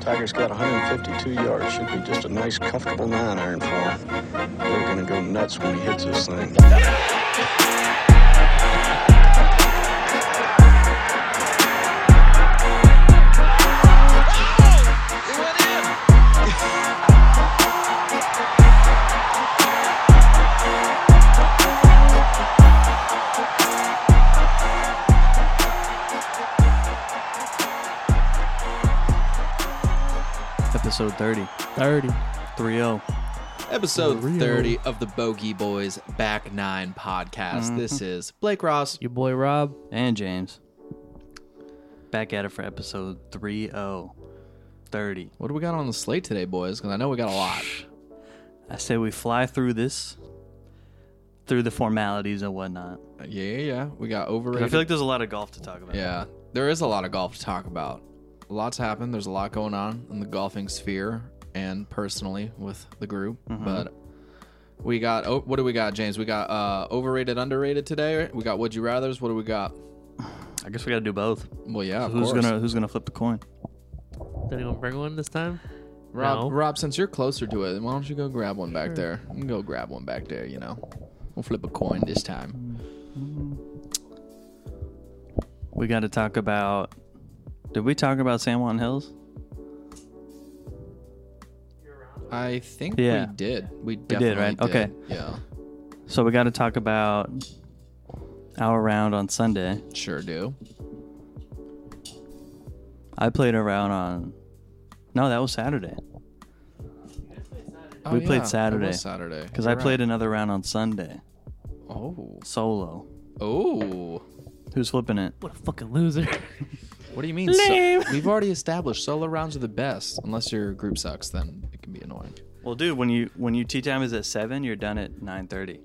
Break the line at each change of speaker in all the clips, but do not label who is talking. Tiger's got 152 yards. Should be just a nice, comfortable nine iron for him. They're going to go nuts when he hits this thing.
Episode oh. 30.
30.
3 0.
Episode
Real.
30 of the Bogey Boys Back Nine podcast. This
Mm-hmm.
is Blake Ross.
Your boy Rob.
And James. Back at it for episode oh. 3 0. 30.
What do we got on the slate today, boys? Because I know we got a lot.
I say we fly through this, through the formalities and whatnot. 'Cause
Uh, Yeah, yeah, yeah. We got
I
overrated.
feel like there's a lot of golf to talk about.
yeah, there is a lot of golf to talk about. A lot's happened. There's a lot going on in the golfing sphere and personally with the group.
Mm-hmm.
But we got, oh, what do we got, James? We got uh, overrated, underrated today. We got would you rathers. What do we got?
I guess we got to do both.
Well, yeah, of
who's
course.
gonna Who's gonna flip the coin?
Did anyone bring one this time?
Rob,
No.
Rob, since you're closer to it, why don't you go grab one back there? You can go grab one back there, you know. We'll flip a coin this time.
We got to talk about. Did we talk about San Juan Hills?
I think
Yeah.
we did. We
did,
definitely
right? Okay.
Yeah.
So we got to talk about our round on Sunday.
Sure do.
I played a round on. No, that was Saturday
Oh,
We played
it was
Saturday.
Saturday.
because
You're
I played
right.
another round on Sunday
Oh.
solo.
Oh.
Who's flipping it?
What a fucking loser.
What do you mean? so-
Lame.
we've already established solo rounds are the best. Unless your group sucks, then it can be annoying.
Well, dude, when you when your tea time is at seven, you're done at nine thirty.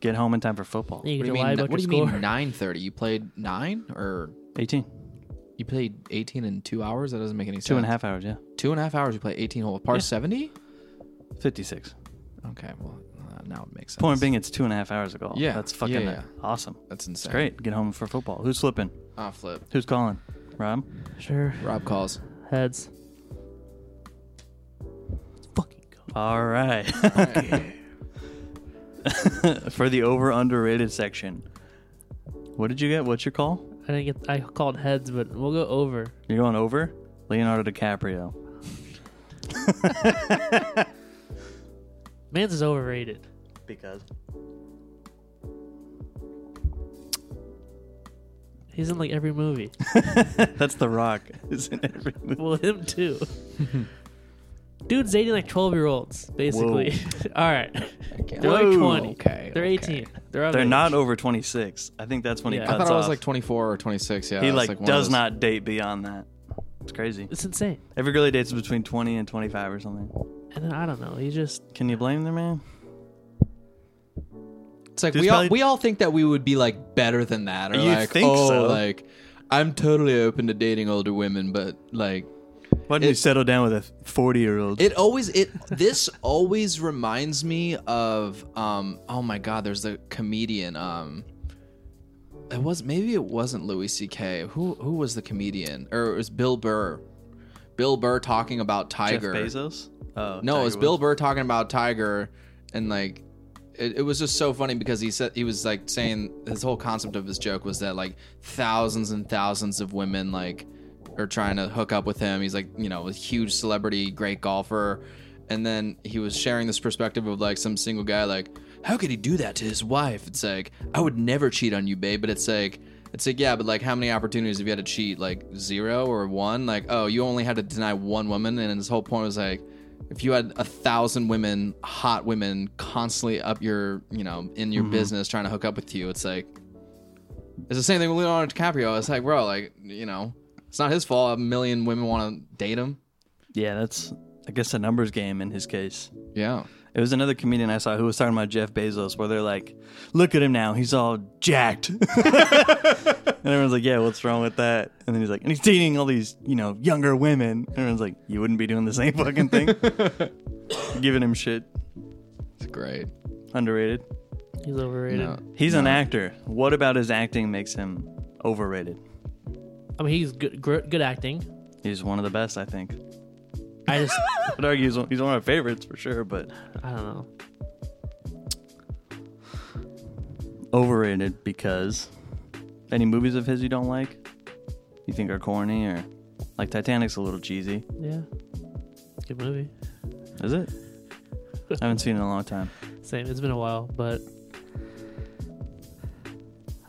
Get home in time for football.
you
What do you
get to lie
mean?
about
What do you
your
mean
score.
nine thirty? You played nine or
Eighteen.
you played eighteen in two hours? That doesn't make any sense.
Two and a half hours, yeah.
Two and a half hours. You play eighteen hole par seventy.
Fifty six.
Okay, well, uh, now it makes sense.
Point being it's two and a half hours of golf.
Yeah,
That's
yeah,
fucking
yeah.
awesome.
that's insane.
It's great. Get home for football. Who's flipping?
Ah, flip.
Who's calling? Rob?
Sure.
Rob calls.
Heads. Fucking go.
All right. for the over underrated section. What did you get? What's your call?
I didn't get. I called heads, but we'll go over.
You're going over? Leonardo DiCaprio.
Mans is overrated.
Because
He's in like every movie.
that's the rock, isn't it? every movie?
well, him too. Dude's dating like twelve year olds, basically. All right. They're like
Whoa.
twenty.
Okay,
They're
okay.
eighteen. They're of
They're
age.
not over twenty six. I think that's when he
Yeah. I
cuts
I thought I was
off.
like 24 or 26. Yeah,
he
it's
like,
one of
does
those-
not date beyond that. It's crazy.
It's insane.
Every girl he dates is between twenty and twenty five or something.
And then, I don't know. He just
Can you blame the man?
It's like
Dude's
we all
probably-
we all think that we would be like better than that, or
You'd
like
think
oh,
so.
like I'm totally open to dating older women, but like
Why didn't you
It-
settle down with a forty year old?
it always it this always reminds me of um oh my god, there's a comedian um. It was maybe it wasn't Louis C.K. Who who was the comedian or it was Bill Burr, Bill Burr talking about
Jeff
Tiger.
Bezos? Oh,
No,
Tiger
it was Bill
Woods.
Burr talking about Tiger, and like, it, it was just so funny because he said he was like saying his whole concept of his joke was that like thousands and thousands of women like are trying to hook up with him. He's like you know a huge celebrity, great golfer, and then he was sharing this perspective of like some single guy like, how could he do that to his wife? It's like I would never cheat on you, babe, but it's like. It's like, yeah, but like, how many opportunities have you had to cheat? Like zero or one? Like, oh, you only had to deny one woman, and his whole point was like, if you had a thousand women, hot women, constantly up your, you know, in
Mm-hmm.
your business trying to hook up with you, it's like, it's the same thing with Leonardo DiCaprio. It's like, bro, like, you know, it's not his fault. A million women want to date him.
Yeah, that's I guess a numbers game in his case.
Yeah.
It was another comedian I saw who was talking about Jeff Bezos, where they're like, "Look at him now, he's all jacked," and everyone's like, "Yeah, what's wrong with that?" And then he's like, "And he's dating all these, you know, younger women." And everyone's like, "You wouldn't be doing the same fucking thing." Giving him shit,
It's great.
underrated.
he's overrated.
No.
He's an actor. What about his acting makes him overrated?
I mean, he's good, gr- good acting.
He's one of the best, I think.
I just
I'd argue he's one, he's one of my favorites for sure, but
I don't know.
overrated because any movies of his you don't like, you think are corny or like Titanic's a little cheesy.
Yeah. Good movie.
Is it? I haven't seen it in a long time.
Same. It's been a while, but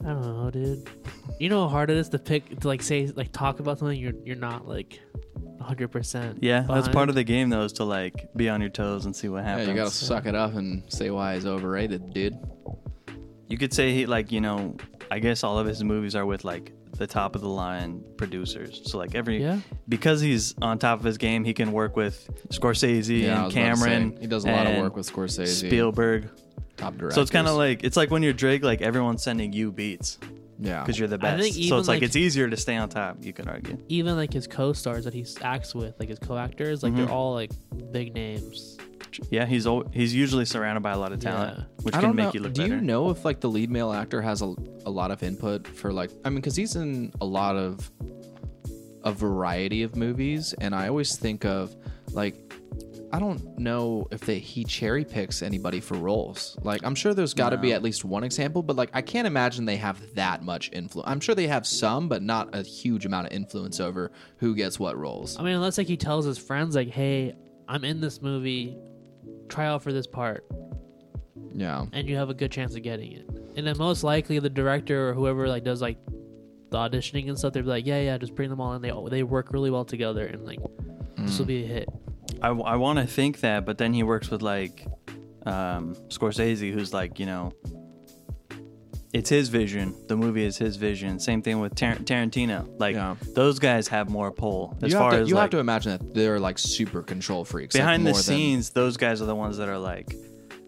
I don't know, dude. You know how hard it is to pick to like say like talk about something you're you're not like 100%.
Yeah, that's
behind.
part of the game though, is to like be on your toes and see what
Yeah,
happens.
you gotta suck it up and say why he's overrated, dude.
You could say he like you know, I guess all of his movies are with like the top of the line producers. So like every
Yeah.
because he's on top of his game, he can work with Scorsese and
Yeah, I was about to say,
Cameron.
he does a lot of
and
work with Scorsese.
Spielberg.
Top director.
So it's kind of like it's like when you're Drake, like everyone's sending you beats
yeah,
because you're the
I
best.
think
so
even,
it's like,
like-
it's easier to stay on top. You could argue.
Even like his co-stars that he acts with, like his co-actors, like
Mm-hmm.
they're all like big names.
Yeah, he's al- he's usually surrounded by a lot of talent,
Yeah.
which
I
can
don't
make
know-
you look
Do
better.
you know if like the lead male actor has a, a lot of input for like I mean because he's in a lot of a variety of movies and I always think of like I don't know if they he cherry picks anybody for roles. Like I'm sure there's got to be at least one example, but like I can't imagine they have that much influence. I'm sure they have some, but not a huge amount of influence over who gets what roles.
Um,
I mean, unless like he tells his friends like, "Hey, I'm in this movie. Try out for this part."
Yeah.
and you have a good chance of getting it. And then most likely the director or whoever like does like the auditioning and stuff, they're like, yeah, yeah, just bring them all in. They they work really well together, and like this
Mm.
will be a hit.
I, want to think that, but then he works with like um, Scorsese, who's like, you know, it's his vision. The movie is his vision. Same thing with Tar- Tarantino. Like
Yeah.
those guys have more pull as
you
far
have to,
as
you
like,
have to imagine that they're like super control freaks like,
behind the
more than-
scenes. Those guys are the ones that are like,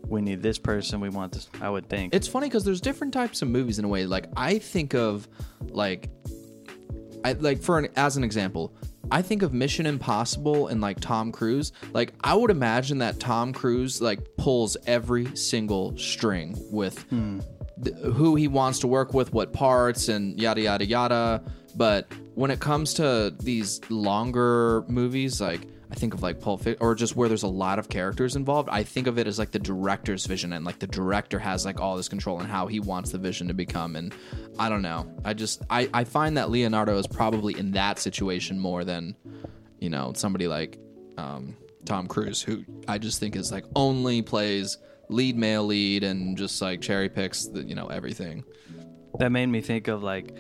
we need this person. We want this. I would think.
it's funny because there's different types of movies in a way. Like I think of like I like for an as an example, I think of Mission Impossible and like Tom Cruise. Like I would imagine that Tom Cruise like pulls every single string with th- who he wants to work with, what parts, and yada yada yada. But when it comes to these longer movies, like I think of like Pulp Fiction, or just where there's a lot of characters involved, I think of it as like the director's vision, and like the director has like all this control and how he wants the vision to become. And I don't know, I just I I find that Leonardo is probably in that situation more than you know somebody like um, Tom Cruise, who I just think is like only plays lead male lead and just like cherry picks the, you know everything.
that made me think of like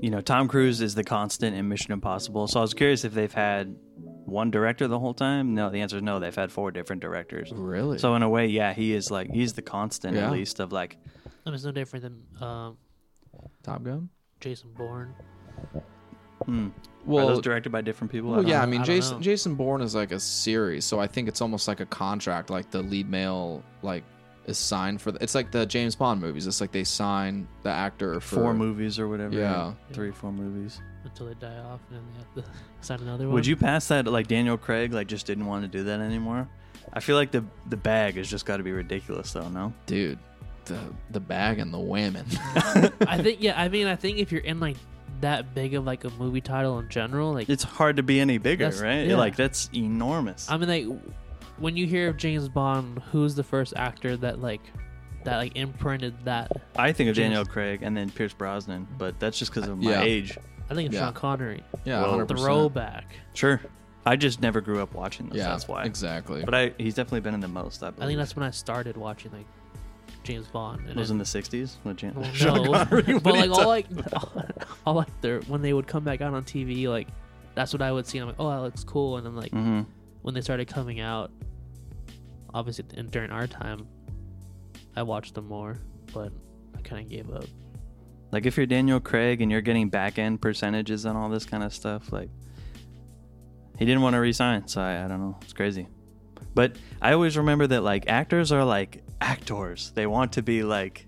you know tom cruise is the constant in mission impossible so i was curious if they've had one director the whole time no the answer is no they've had four different directors
Really?
so in a way yeah he is like he's the constant
Yeah.
at least of like
I mean, it's no different than um,
Top Gun.
Jason Bourne.
are
Well,
those directed by different people I
well
don't
yeah.
know.
I mean,
I don't
Jason
know.
Jason Bourne is like a series, so I think it's almost like a contract. Like the lead male like is signed for. The, it's like the James Bond movies. It's like they sign the actor for
four movies or whatever
Yeah.
three four movies
Until they die off, and then they have to sign another one.
would you pass that like daniel craig like just didn't want to do that anymore i feel like the the bag has just got to be ridiculous though no
Dude, the the bag and the women.
I think yeah. I mean, I think if you're in like that big of like a movie title in general, like
it's hard to be any bigger
That's-
right
yeah.
like that's enormous
I mean, like when you hear of James Bond, who's the first actor that like that like imprinted that?
I think of
James-
Daniel Craig and then Pierce Brosnan, but that's just because of my
Yeah.
age.
I think it's
Yeah.
Sean Connery.
yeah,
Well,
100%.
Throwback.
Sure, I just never grew up watching those.
Yeah,
that's why.
exactly.
But I, he's definitely been in the most. I,
I think
believe.
that's when I started watching like James Bond. And
It was
it-
in the '60s with Jan-
well,
Sean Connery.
no,
What
but
are you
like all
talking-
like all like their when they would come back out on TV, like that's what I would see. I'm like, oh, that looks cool. And then like
Mm. Mm-hmm.
when they started coming out, obviously and during our time, I watched them more, but I kind of gave up.
like if you're Daniel Craig and you're getting back end percentages and all this kind of stuff, like he didn't want to resign. So I, I don't know. It's crazy. But I always remember that like actors are like actors. They want to be like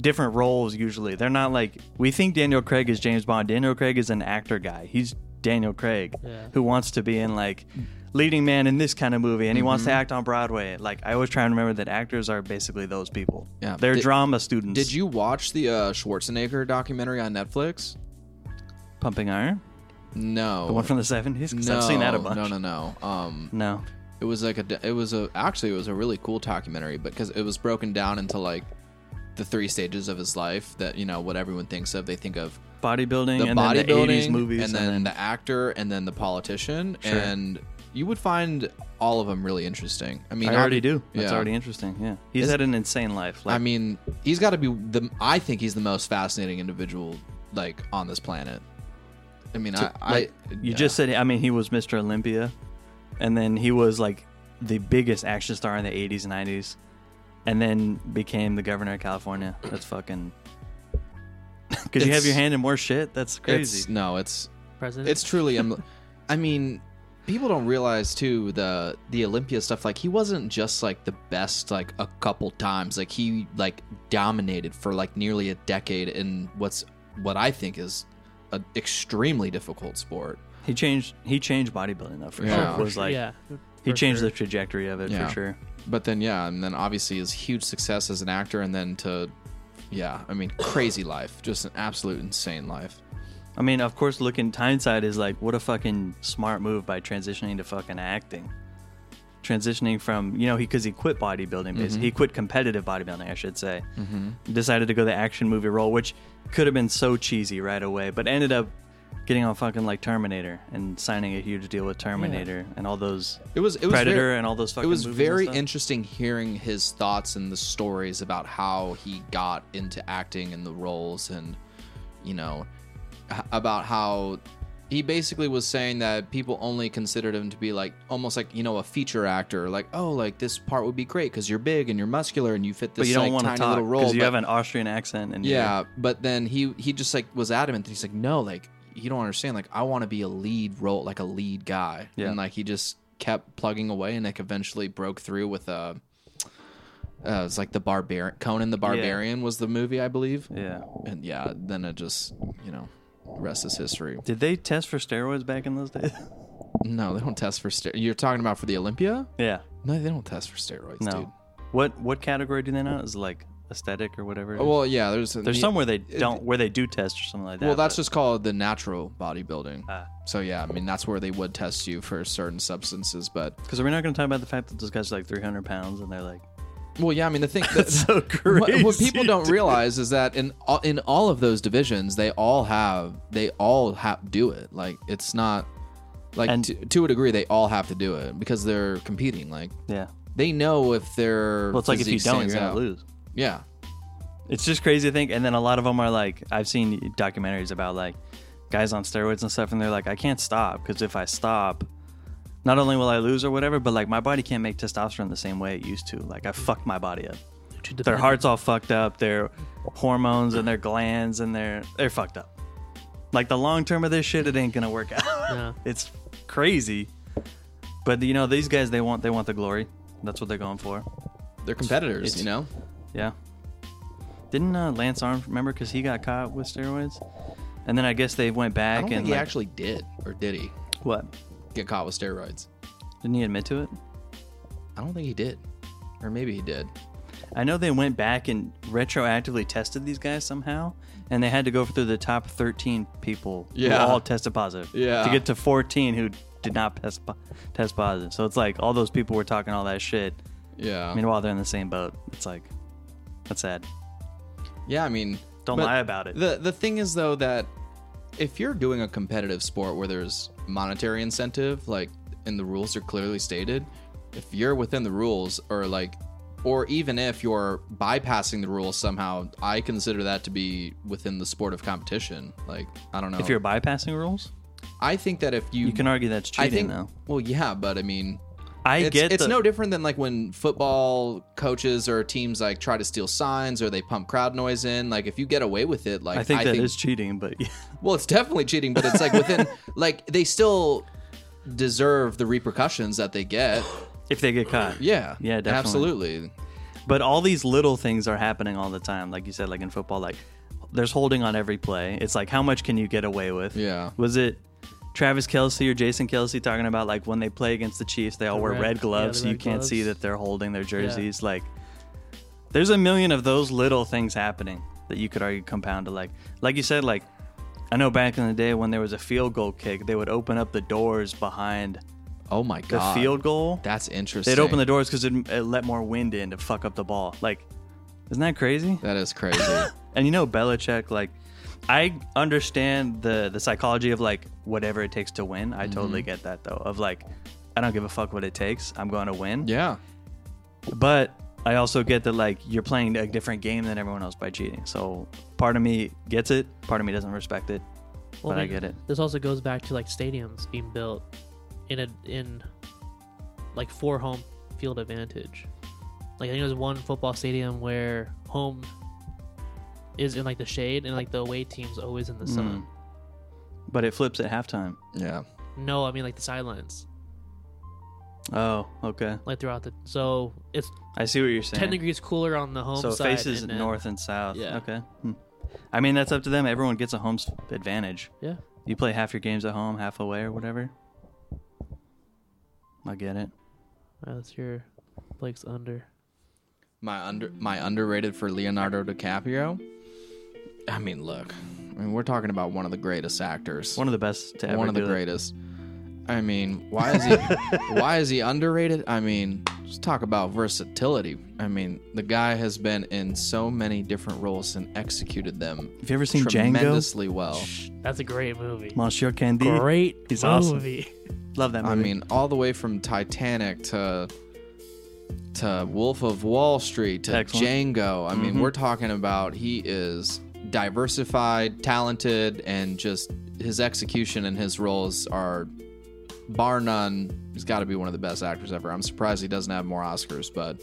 different roles usually. They're not like we think Daniel Craig is James Bond. Daniel Craig is an actor guy. He's Daniel Craig
Yeah.
who wants to be in like leading man in this kind of movie and he wants to
Mm-hmm.
act on Broadway. Like I always try and remember that actors are basically those people.
Yeah.
They're
Did-
drama students.
Did you watch the uh, Schwarzenegger documentary on Netflix?
Pumping Iron?
No.
The one from the 70s? 'Cause
no,
I've seen that a bunch.
Oh. No, no, no. Um,
No.
it was like a d- it was a actually it was a really cool documentary but because it was broken down into like the three stages of his life that you know what everyone thinks of they think of
Bodybuilding
the
and then the 80s
bodybuilding
movies.
and then the actor and then the politician
Sure.
and you would find all of them really interesting i mean
I already do. That's
yeah.
already interesting. Yeah. He's had an insane life. Like,
i mean he's got to be the i think he's the most fascinating individual like on this planet i mean i i
You
yeah.
just said, I mean, he was Mr. Olympia, and then he was like the biggest action star in the 80s and 90s, and then became the governor of California. That's fucking. Because you have
It's-
your hand in more shit? That's
it's
crazy.
no it's
President.
It's truly. Im- I mean, people don't realize too the the Olympia stuff. Like he wasn't just like the best like a couple times. Like he like dominated for like nearly a decade in what's what I think is an extremely difficult sport.
He changed He changed bodybuilding, though, for
Yeah.
sure. It was like,
yeah.
he
for
changed
sure.
the trajectory of it,
Yeah.
for sure.
But then yeah, and then obviously his huge success as an actor, and then to yeah, I mean crazy life, just an absolute insane life.
I mean, of course, looking hindsight is like, what a fucking smart move by transitioning to fucking acting. Transitioning from, you know, he because he quit bodybuilding, basically.
Mm-hmm.
He quit competitive bodybuilding, I should say. Decided to go the action movie role, which could have been so cheesy right away, but ended up getting on fucking like Terminator and signing a huge deal with Terminator and all those.
It was it was
Predator
very-
and all those fucking.
it was
movies and
very
stuff.
interesting hearing his thoughts and the stories about how he got into acting and the roles and you know h- about how he basically was saying that people only considered him to be like almost like you know a feature actor like oh like this part would be great because you're big and you're muscular and you fit this
But you don't
like,
want to
tiny
talk
little role
because you
but-
have an Austrian accent and you're-
yeah, but then he he just like was adamant that he's like, no, like you don't understand. Like I want to be a lead role, like a lead guy,
Yeah.
and like he just kept plugging away, and like eventually broke through with uh, uh it's like the barbarian Conan the Barbarian was the movie I believe,
yeah.
and yeah, then it just you know, rest is history.
Did they test for steroids back in those days?
No, they don't test for steroids. You're talking about for the Olympia?
yeah.
No, they don't test for steroids,
No.
dude.
What what category do they know? Is it like aesthetic or whatever? it
Oh,
is?
Well, yeah, there's
There's some where they don't where they do test or something like that.
Well, that's
but-
just called the natural bodybuilding.
Ah.
so yeah, I mean that's where they would test you for certain substances, but
because we're not going to talk about the fact that this guy's like 300 pounds and they're like
well, yeah, I mean the thing that's
so
What, what
crazy,
people don't
dude.
realize is that in all, in all of those divisions, they all have they all have do it. Like it's not like
And-
to, to a degree they all have to do it because they're competing. Like
yeah.
they know if they're
Well, it's like if you don't, you're going to lose.
Yeah,
It's just crazy to think. And then a lot of them are like I've seen documentaries about like guys on steroids and stuff, and they're like I can't stop because if I stop. Not only will I lose or whatever, but like my body can't make testosterone the same way it used to. Like I fucked my body up.
Too
their
dependent.
heart's all fucked up, their hormones and their glands and their they're fucked up. Like the long term of this shit, it ain't gonna work out.
No.
It's crazy. But you know, these guys they want they want the glory. That's what they're going for.
they're competitors.
It's-
you know,
Yeah. Didn't uh, Lance Arm remember because he got caught with steroids? And then I guess they went
I
back
don't
and
think he
like,
actually did, or did he
what?
get caught with steroids?
Didn't he admit to it?
I don't think he did, or maybe he did.
I know they went back and retroactively tested these guys somehow, and they had to go through the top 13 people
Yeah.
who all tested positive.
Yeah.
To get to 14 who did not test, po- test positive. So it's like all those people were talking all that shit.
Yeah,
Meanwhile, they're in the same boat. It's like, that's sad.
yeah. I mean,
Don't
but-
lie about it.
The the thing is though that if you're doing a competitive sport where there's monetary incentive, like and the rules are clearly stated, if you're within the rules or like or even if you're bypassing the rules somehow, I consider that to be within the sport of competition. Like I don't know.
if you're bypassing rules,
I think that if you,
you can argue that's
I
cheating,
think
though.
well, yeah, but I mean,
I
it's,
get
it's
the-
no different than like when football coaches or teams like try to steal signs or they pump crowd noise in. Like if you get away with it, like
I think that is cheating, but yeah.
well, it's definitely cheating, but it's like within like they still deserve the repercussions that they get.
if they get caught.
Yeah.
Yeah, definitely.
Absolutely.
But all these little things are happening all the time. Like you said, like in football, like there's holding on every play. It's like how much can you get away with?
Yeah.
Was it Travis Kelsey or Jason Kelsey talking about like when they play against the Chiefs, they all wear
red-
red,
yeah,
gloves,
the
so you
red
can't see
gloves.
that they're holding their jerseys. Like there's a million of those little things happening that you could argue compound to like like you said, like I know back in the day when there was a field goal kick, they would open up the doors behind
Oh my
the
god.
field goal.
That's interesting.
They'd open the doors because it, it let more wind in to fuck up the ball. Like, isn't that crazy?
That is crazy.
And you know Belichick, like, I understand the the psychology of like whatever it takes to win. I totally get that though. Of like, I don't give a fuck what it takes. I'm going to win.
yeah.
But I also get that like you're playing a different game than everyone else by cheating. So part of me gets it, part of me doesn't respect it.
Well,
but I
then
get it.
This also goes back to like stadiums being built in a in like for home field advantage. Like I think there's one football stadium where home is in like the shade and like the away team's always in the sun.
But it flips at halftime.
Yeah.
Mm.
No, I mean like the sidelines,
Oh, okay.
like throughout the so it's
I see what you're saying.
ten degrees cooler on the home
so
side.
faces
and then-
north and south.
Yeah.
Okay. Hmm. I mean that's up to them. Everyone gets a home s- advantage.
Yeah,
You play half your games at home, half away, or whatever. I get it.
All right, let's hear Blake's under.
My under my underrated for Leonardo DiCaprio. I mean, look. I mean, we're talking about one of the greatest actors.
One of the best to ever.
one of the
do it.
greatest. I mean, why is he why is he underrated? I mean, just talk about versatility. I mean, the guy has been in so many different roles and executed them
Have you ever seen Django?
tremendously well.
That's a great movie.
Monsieur Candide.
Great
He's awesome.
movie.
Love that movie.
I mean, all the way from Titanic to to Wolf of Wall Street to
Excellent.
Django. I mean, we're talking about he is diversified, talented, and just his execution and his roles are bar none. He's got to be one of the best actors ever. I'm surprised he doesn't have more Oscars, but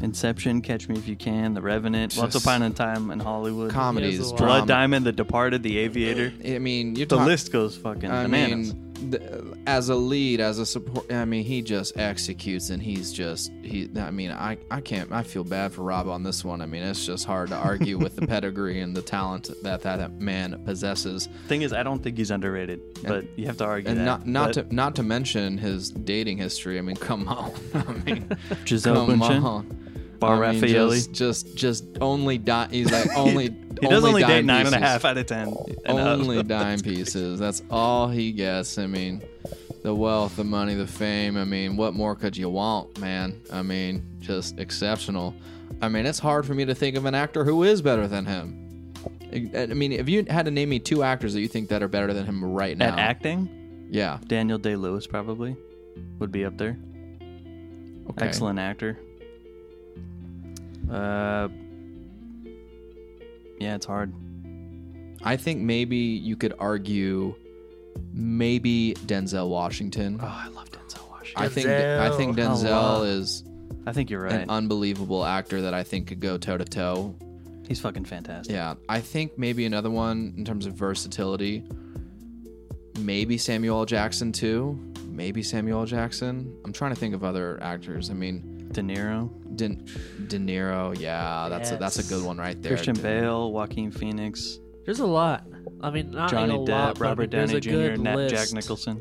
Inception, Catch Me If You Can, The Revenant, Once
Just-
Upon a Time in Hollywood,
He has
comedies,
a lot.
Blood
drama.
Diamond, The Departed, The Aviator.
I mean, you're
The
talking.
list goes fucking
I
bananas.
mean, the, as a lead, as a support, I mean, he just executes and he's just he. I mean, I I can't. I feel bad for Rob on this one. I mean, it's just hard to argue with the pedigree and the talent that that man possesses,
Thing is, I don't think he's underrated, but you have to argue
and
that.
not not
But
to not to mention his dating history. I mean, come on. I mean,
Giselle
come
Bundchen,
on.
Bar
I mean,
Raffaeli.
just, just just only di- He's like only.
he does only date
dime
nine and a
pieces.
half out of ten. and uh, up.
only dime pieces. That's all he gets. I mean, the wealth, the money, the fame. I mean, what more could you want, man? I mean, just exceptional. I mean, it's hard for me to think of an actor who is better than him. I I mean, if you had to name me two actors that you think that are better than him right now,
At acting,
yeah,
Daniel Day Lewis probably would be up there.
okay.
Excellent actor. Uh, yeah, it's hard.
I think maybe you could argue, maybe Denzel Washington.
Oh, I love Denzel Washington.
I think I think Denzel
Oh, wow.
is
I think you're right.
an unbelievable actor that I think could go toe to toe
he's fucking fantastic.
Yeah, I think maybe another one in terms of versatility. Maybe Samuel L. Jackson too. Maybe Samuel L. Jackson. I'm trying to think of other actors. I mean,
De Niro.
De, De Niro. Yeah, that's a, that's a
Yes.
good one right there.
Christian
De-
Bale, Joaquin Phoenix,
There's a lot. I mean, not like
Johnny
a lot,
Depp,
but
Robert
there's
Downey
a
Jr.,
good
Nat, Jack
list
Nicholson.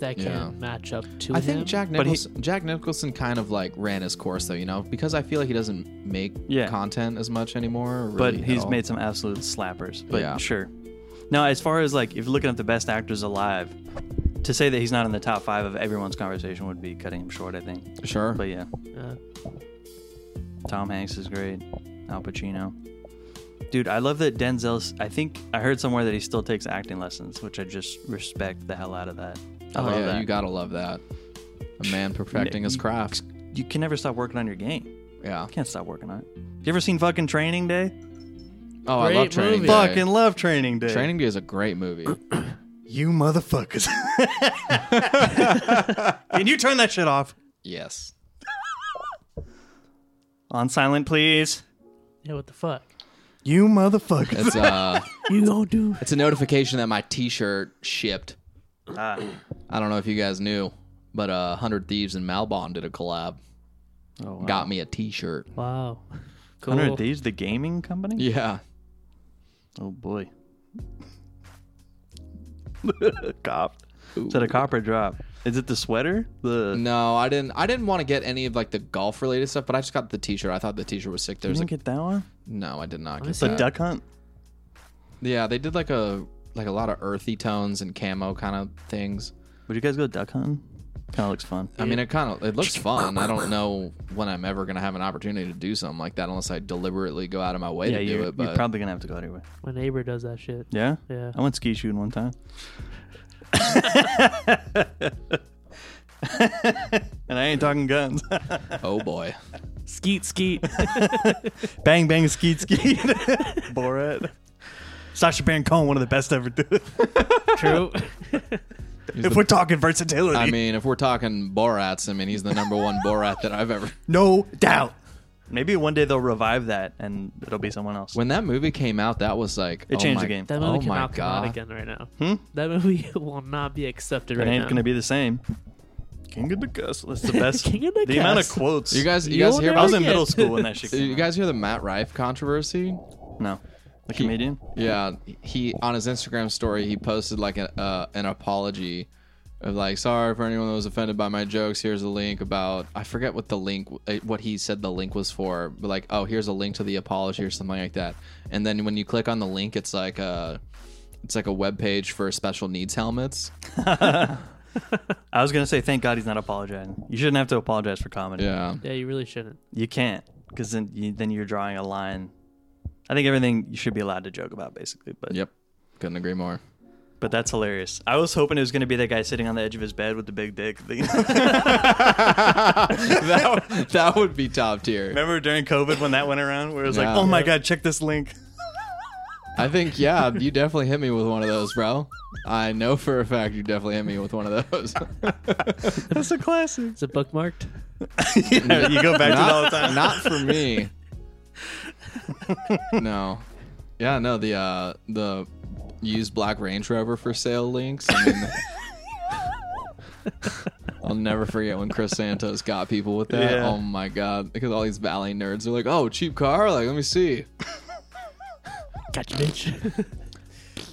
that can
Yeah.
match up to.
I think
him.
Jack
But he-
Nicholson, Jack Nicholson kind of like ran his course though, you know, because I feel like he doesn't make
Yeah.
content as much anymore.
But
really, at
he's
all.
made some absolute slappers. But
Yeah.
sure. Now, as far as like if you're looking at the best actors alive, to say that he's not in the top five of everyone's conversation would be cutting him short, I think.
sure.
But yeah,
Uh,
Tom Hanks is great. Al Pacino. Dude, I love that Denzel's. I think I heard somewhere that he still takes acting lessons, which I just respect the hell out of that. I
oh
love
yeah,
that.
you gotta love that. A man perfecting his
You-
craft.
you can never stop working on your game.
Yeah.
Can't stop working on it. You ever seen fucking Training Day?
Oh, I
Great
love Training
movie.
Day.
Fucking love Training Day.
Training Day is a great movie.
You motherfuckers. Can you turn that shit off?
yes.
On silent, please.
yeah, what the fuck?
You motherfuckers.
It's uh
You gonna do?
it's a notification that my t-shirt shipped.
Ah.
I don't know if you guys knew, but uh 100 Thieves and Malbon did a collab.
Oh, wow.
Got me a t-shirt.
Wow. Cool.
Hunter Thieves, the gaming company?
Yeah.
Oh, boy. Cop. Is that a copper drop? Is it the sweater? The
No, I didn't I didn't want to get any of like the golf related stuff, but I just got the t-shirt. I thought the t-shirt was sick.
You
There's
didn't
like
get that one?
No, I did not
me
get
see.
The
that.
duck hunt?
Yeah, they did like a like a lot of earthy tones and camo kind of things.
Would you guys go duck hunting? Kind of looks fun.
I mean, it kind of it looks fun. I don't know when I'm ever gonna have an opportunity to do something like that unless I deliberately go out of my way
yeah,
to do
you're,
it. But
you're probably gonna have to go anyway.
My neighbor does that shit.
Yeah,
Yeah.
I went ski shooting one time. and I ain't talking guns.
oh boy,
Skeet, skeet.
bang bang skeet skeet. Borat. Sasha Baron Cohen, one of the best ever. Do it.
True.
If we're talking versatility,
I mean, if we're talking Borats, I mean, he's the number one Borat that I've ever.
no doubt. Maybe one day they'll revive that, and it'll be someone else.
When that movie came out, that was like
It
oh
changed
my-
the game.
That movie
oh my
cannot come out
God.
again right now. That movie will not be accepted
Hmm? it
right
ain't
now.
gonna be the same. King of the Castle. That's the best.
King of the
the amount of
Castle.
quotes.
You guys, you
You'll
guys hear
never
I was in
get-
middle school when that shit. Came
You
out.
guys hear the Matt Rife controversy?
No. The comedian?
Yeah, he on his Instagram story he posted like an uh, an apology of like sorry for anyone that was offended by my jokes. Here's a link about I forget what the link uh, what he said the link was for, but like oh here's a link to the apology or something like that. And then when you click on the link, it's like a it's like a web page for special needs helmets.
I was gonna say thank God he's not apologizing. You shouldn't have to apologize for comedy.
Yeah,
Yeah, you really shouldn't.
You can't, because then you, then you're drawing a line. I think everything you should be allowed to joke about, basically. But
yep, couldn't agree more.
but that's hilarious. I was hoping it was gonna be that guy sitting on the edge of his bed with the big dick. thing.
That that would be top tier.
Remember during COVID when that went around, where it was like,
Yeah.
oh my god, check this link.
I think yeah, you definitely hit me with one of those, bro. I know for a fact you definitely hit me with one of those.
That's a classic.
Is it bookmarked?
Yeah, you go back to it all the
not,
time.
not for me. no. Yeah, no, the uh the used black Range Rover for sale links. I mean I'll never forget when Chris Santos got people with that.
Yeah.
Oh my god. Because all these valley nerds are like, oh, cheap car? Like, let me see.
Gotcha, bitch.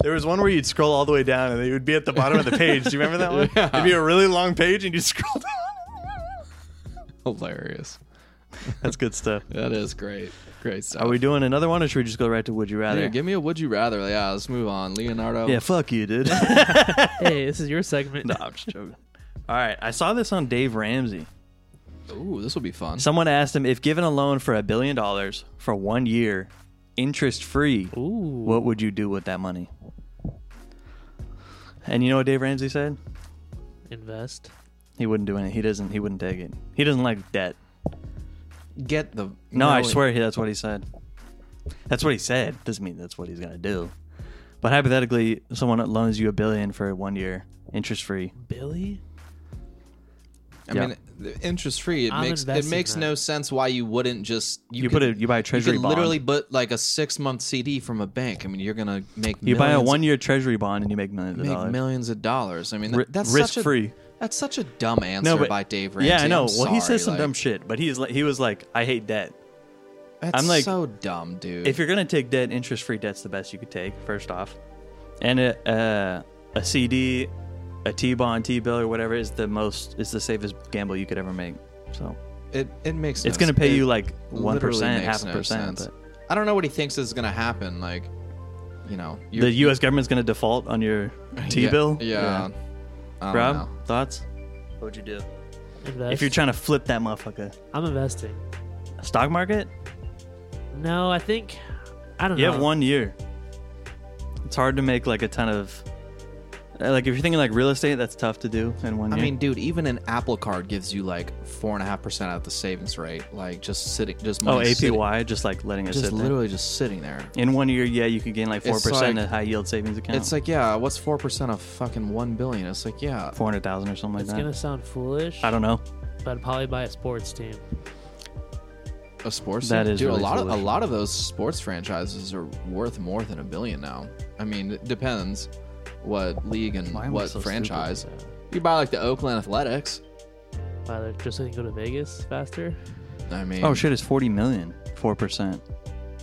There was one where you'd scroll all the way down and it would be at the bottom of the page. Do you remember that one?
Yeah.
It'd be a really long page and you scroll down.
Hilarious.
That's good stuff.
That is great. Great stuff.
Are we doing another one or should we just go right to Would You
Dude,
Rather?
give me a would you rather. Yeah, let's move on. Leonardo.
Yeah, fuck you, dude. no,
hey, this is your segment.
I'm just joking. All right, I saw this on Dave Ramsey.
Ooh, this will be fun.
Someone asked him if given a loan for a billion dollars for one year, interest free,
Ooh.
what would you do with that money? And you know what Dave Ramsey said?
Invest.
He wouldn't do anything. He doesn't. He wouldn't take it. He doesn't like debt.
Get the
No, I swear he, that's what he said. That's what he said. Doesn't mean that's what he's gonna do. But hypothetically, someone loans you a billion for one year, interest free.
Billy?
I
Yeah.
mean, the interest free. It
I'm
makes it
investing
makes
that.
no sense why you wouldn't just
You put it- you buy a treasury
You could
bond.
literally put like a six month CD from a bank. I mean, you're gonna make
You
millions,
buy a one year treasury bond and you make millions of
make
dollars.
millions of dollars. I mean,
Ri-
that, that's such
risk-free.
A, that's such a dumb answer by Dave Ramsey.
Yeah, I know.
I'm
well, he
sorry,
says some
like,
dumb shit, but he's like, he was like, I hate debt.
That's
I'm like-
so dumb, dude.
If you're gonna take debt, interest free debt's the best you could take. First off, and a uh, a CD, a T bond, T bill, or whatever is the most is the safest gamble you could ever make. So
it it makes no
it's gonna
sense.
pay
It
you like one
literally
percent,
makes
half a
no
percent.
sense.
But
I don't know what he thinks is gonna happen. Like, you know, you're-
the U.S. government's going to default on your T
yeah,
bill.
Yeah, I don't
Rob,
know.
thoughts? What would you do
Invest.
if you're trying to flip that motherfucker?
I'm investing.
Stock market?
No, I think. I don't
You
know.
have one year. It's hard to make like a ton of. uh, Like if you're thinking like real estate, that's tough to do in one
I
year.
mean, dude, even an Apple Card gives you like four and a half percent out the savings rate. Like just sitting, just
oh
money
APY,
sitting-
just like letting it
just
sit there.
literally just sitting there.
In one year, yeah, you could gain like four
It's
percent in
like-
a high yield savings account.
It's like, yeah, what's four percent of fucking one billion? It's like, yeah,
four hundred thousand or something like
It's
that.
gonna sound foolish,
I don't know.
but I'd probably buy a sports team.
a sports.
That
team?
is
dude.
really
a lot of a
foolish.
lot of those sports franchises are worth more than a billion now. I mean, it depends what league and
Why am I
what
so stupid?
franchise. You buy like the Oakland Athletics.
Why, they're just so they can go to Vegas faster.
I mean,
Oh shit, it's forty million, four percent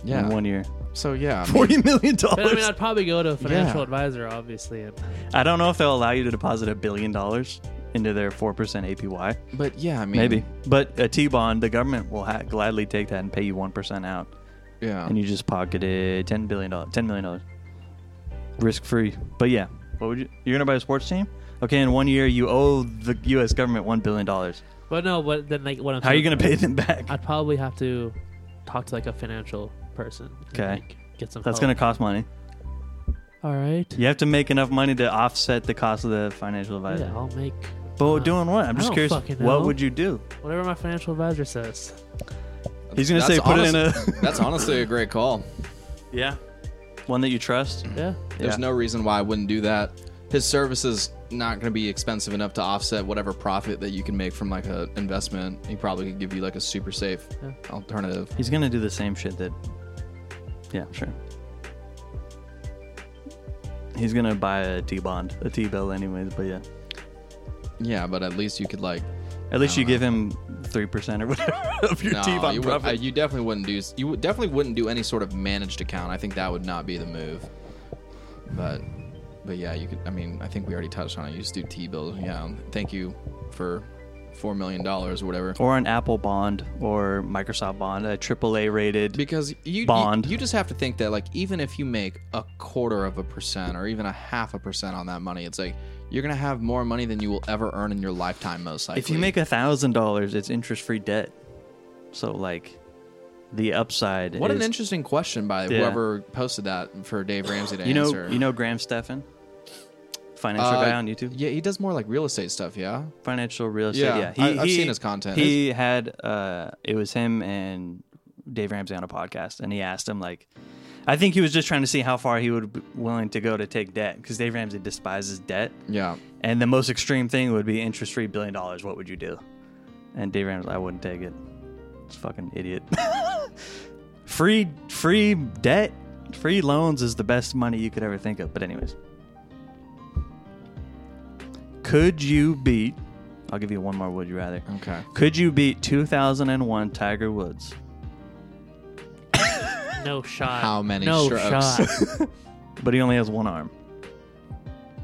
yeah.
in one year.
So yeah, I mean,
Forty million
But I mean,
dollars.
I'd probably go to a financial
Yeah.
advisor, obviously. And
I don't know if they'll allow you to deposit a billion dollars into their 4% APY.
but yeah, I mean,
Maybe. But a T bond, the government will ha- gladly take that and pay you 1% out.
yeah.
And you just pocketed $10 billion. $10 million. risk free. But yeah, what would you? You're gonna buy a sports team? Okay, in one year you owe the U.S. government one billion dollars.
But no, but then like what I'm
How are you
saying-
gonna pay them back?
I'd probably have to talk to like a financial person. and,
Okay.
like, get some.
That's gonna
help.
cost money.
All right.
You have to make enough money to offset the cost of the financial advisor.
Yeah, I'll make
But
Uh,
doing what? I'm
I
just
don't
curious.
fucking know.
What would you do?
whatever my financial advisor says.
He's gonna say, "Put it in a-"
that's honestly a great call.
Yeah, one that you trust.
Yeah.
There's
Yeah.
no reason why I wouldn't do that. His service is not going to be expensive enough to offset whatever profit that you can make from like an investment. He probably could give you like a super safe
Yeah.
alternative.
He's gonna do the same shit that. Yeah, sure. He's gonna buy a T bond, a T bill, anyways. But yeah,
Yeah, but at least you could like.
at least you give him three percent or whatever of your
No,
T
you,
bond
would, uh,
profit.
you definitely wouldn't do. You would- definitely wouldn't do any sort of managed account. I think that would not be the move. But, but yeah, you could. I mean, I think we already touched on it. You just do T bills. Yeah. Thank you for four million dollars or whatever.
or an Apple bond or Microsoft bond, a AAA rated.
because you
Bond.
You, you just have to think that like even if you make a quarter of a percent or even a half a percent on that money, it's like you're gonna have more money than you will ever earn in your lifetime, most likely.
if you make a thousand dollars, it's interest free debt. So like, the upside.
what an
is-
interesting question by
Yeah.
whoever posted that for Dave Ramsey to
You know,
answer.
you know Graham Stefan, financial
Uh,
guy on YouTube.
Yeah, he does more like real estate stuff. Yeah,
financial real estate.
Yeah,
Yeah,
I- I've seen his content.
He had uh, it was him and Dave Ramsey on a podcast, and he asked him like, I think he was just trying to see how far he would be willing to go to take debt because Dave Ramsey despises debt,
yeah.
and the most extreme thing would be interest free billion dollars. What would you do? And Dave Ramsey, I wouldn't take it. It's a fucking idiot. free free debt, free loans is the best money you could ever think of. But anyways. Could you beat I'll give you one more would you rather.
Okay.
Could you beat 2001 Tiger Woods?
No shot.
How many
No
strokes?
shot.
But he only has one arm.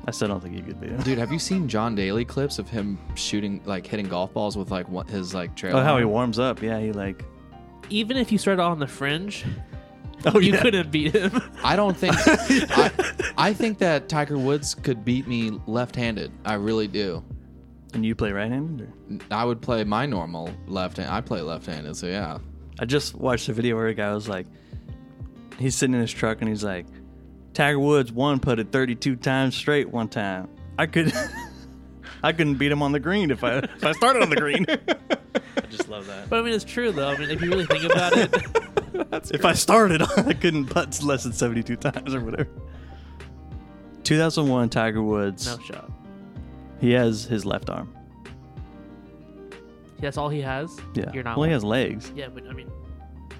I still don't think you could beat him.
Dude, have you seen John Daly clips of him shooting like hitting golf balls with like what his like trailer?
Oh, how he
arm?
warms up. Yeah, he like
Even if you started on the fringe,
Oh,
you
yeah.
couldn't beat him.
I don't think. I, I think that Tiger Woods could beat me left-handed. I really do.
and you play right-handed? Or?
I would play my normal left hand. I play left-handed, so yeah.
I just watched a video where a guy was like, he's sitting in his truck and he's like, Tiger Woods one putted 32 times straight one time. I could, I couldn't beat him on the green if I if I started on the green. I just love that.
But I mean, it's true though. I mean, if you really think about it,
If I started, I couldn't putt less than 72 times or whatever. 2001 Tiger Woods.
no shot.
He has his left arm.
That's all he has.
Yeah.
You're not.
well, he
winning.
has legs.
Yeah, but I mean,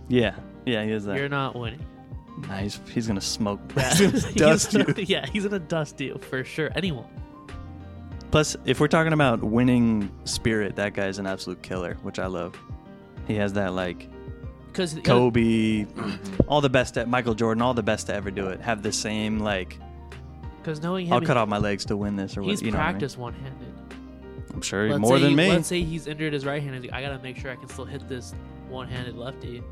Yeah. Yeah, he has that.
you're not winning.
Nah, he's, he's gonna smoke.
Yeah.
he's gonna dust you.
gonna- Yeah, he's gonna dust you for sure. Anyone.
Plus, if we're talking about winning spirit, that guy's an absolute killer, which I love. He has that like
Because
Kobe, all the best at Michael Jordan, all the best to ever do it. Have the same like
Because knowing him,
I'll cut off my legs to win this or
he's
what, you know.
practiced one-handed.
What I mean? I'm sure
Let's
more
say
than
he-
me.
Let's say he's injured his right hand. He's like, I gotta make sure I can still hit this one-handed lefty.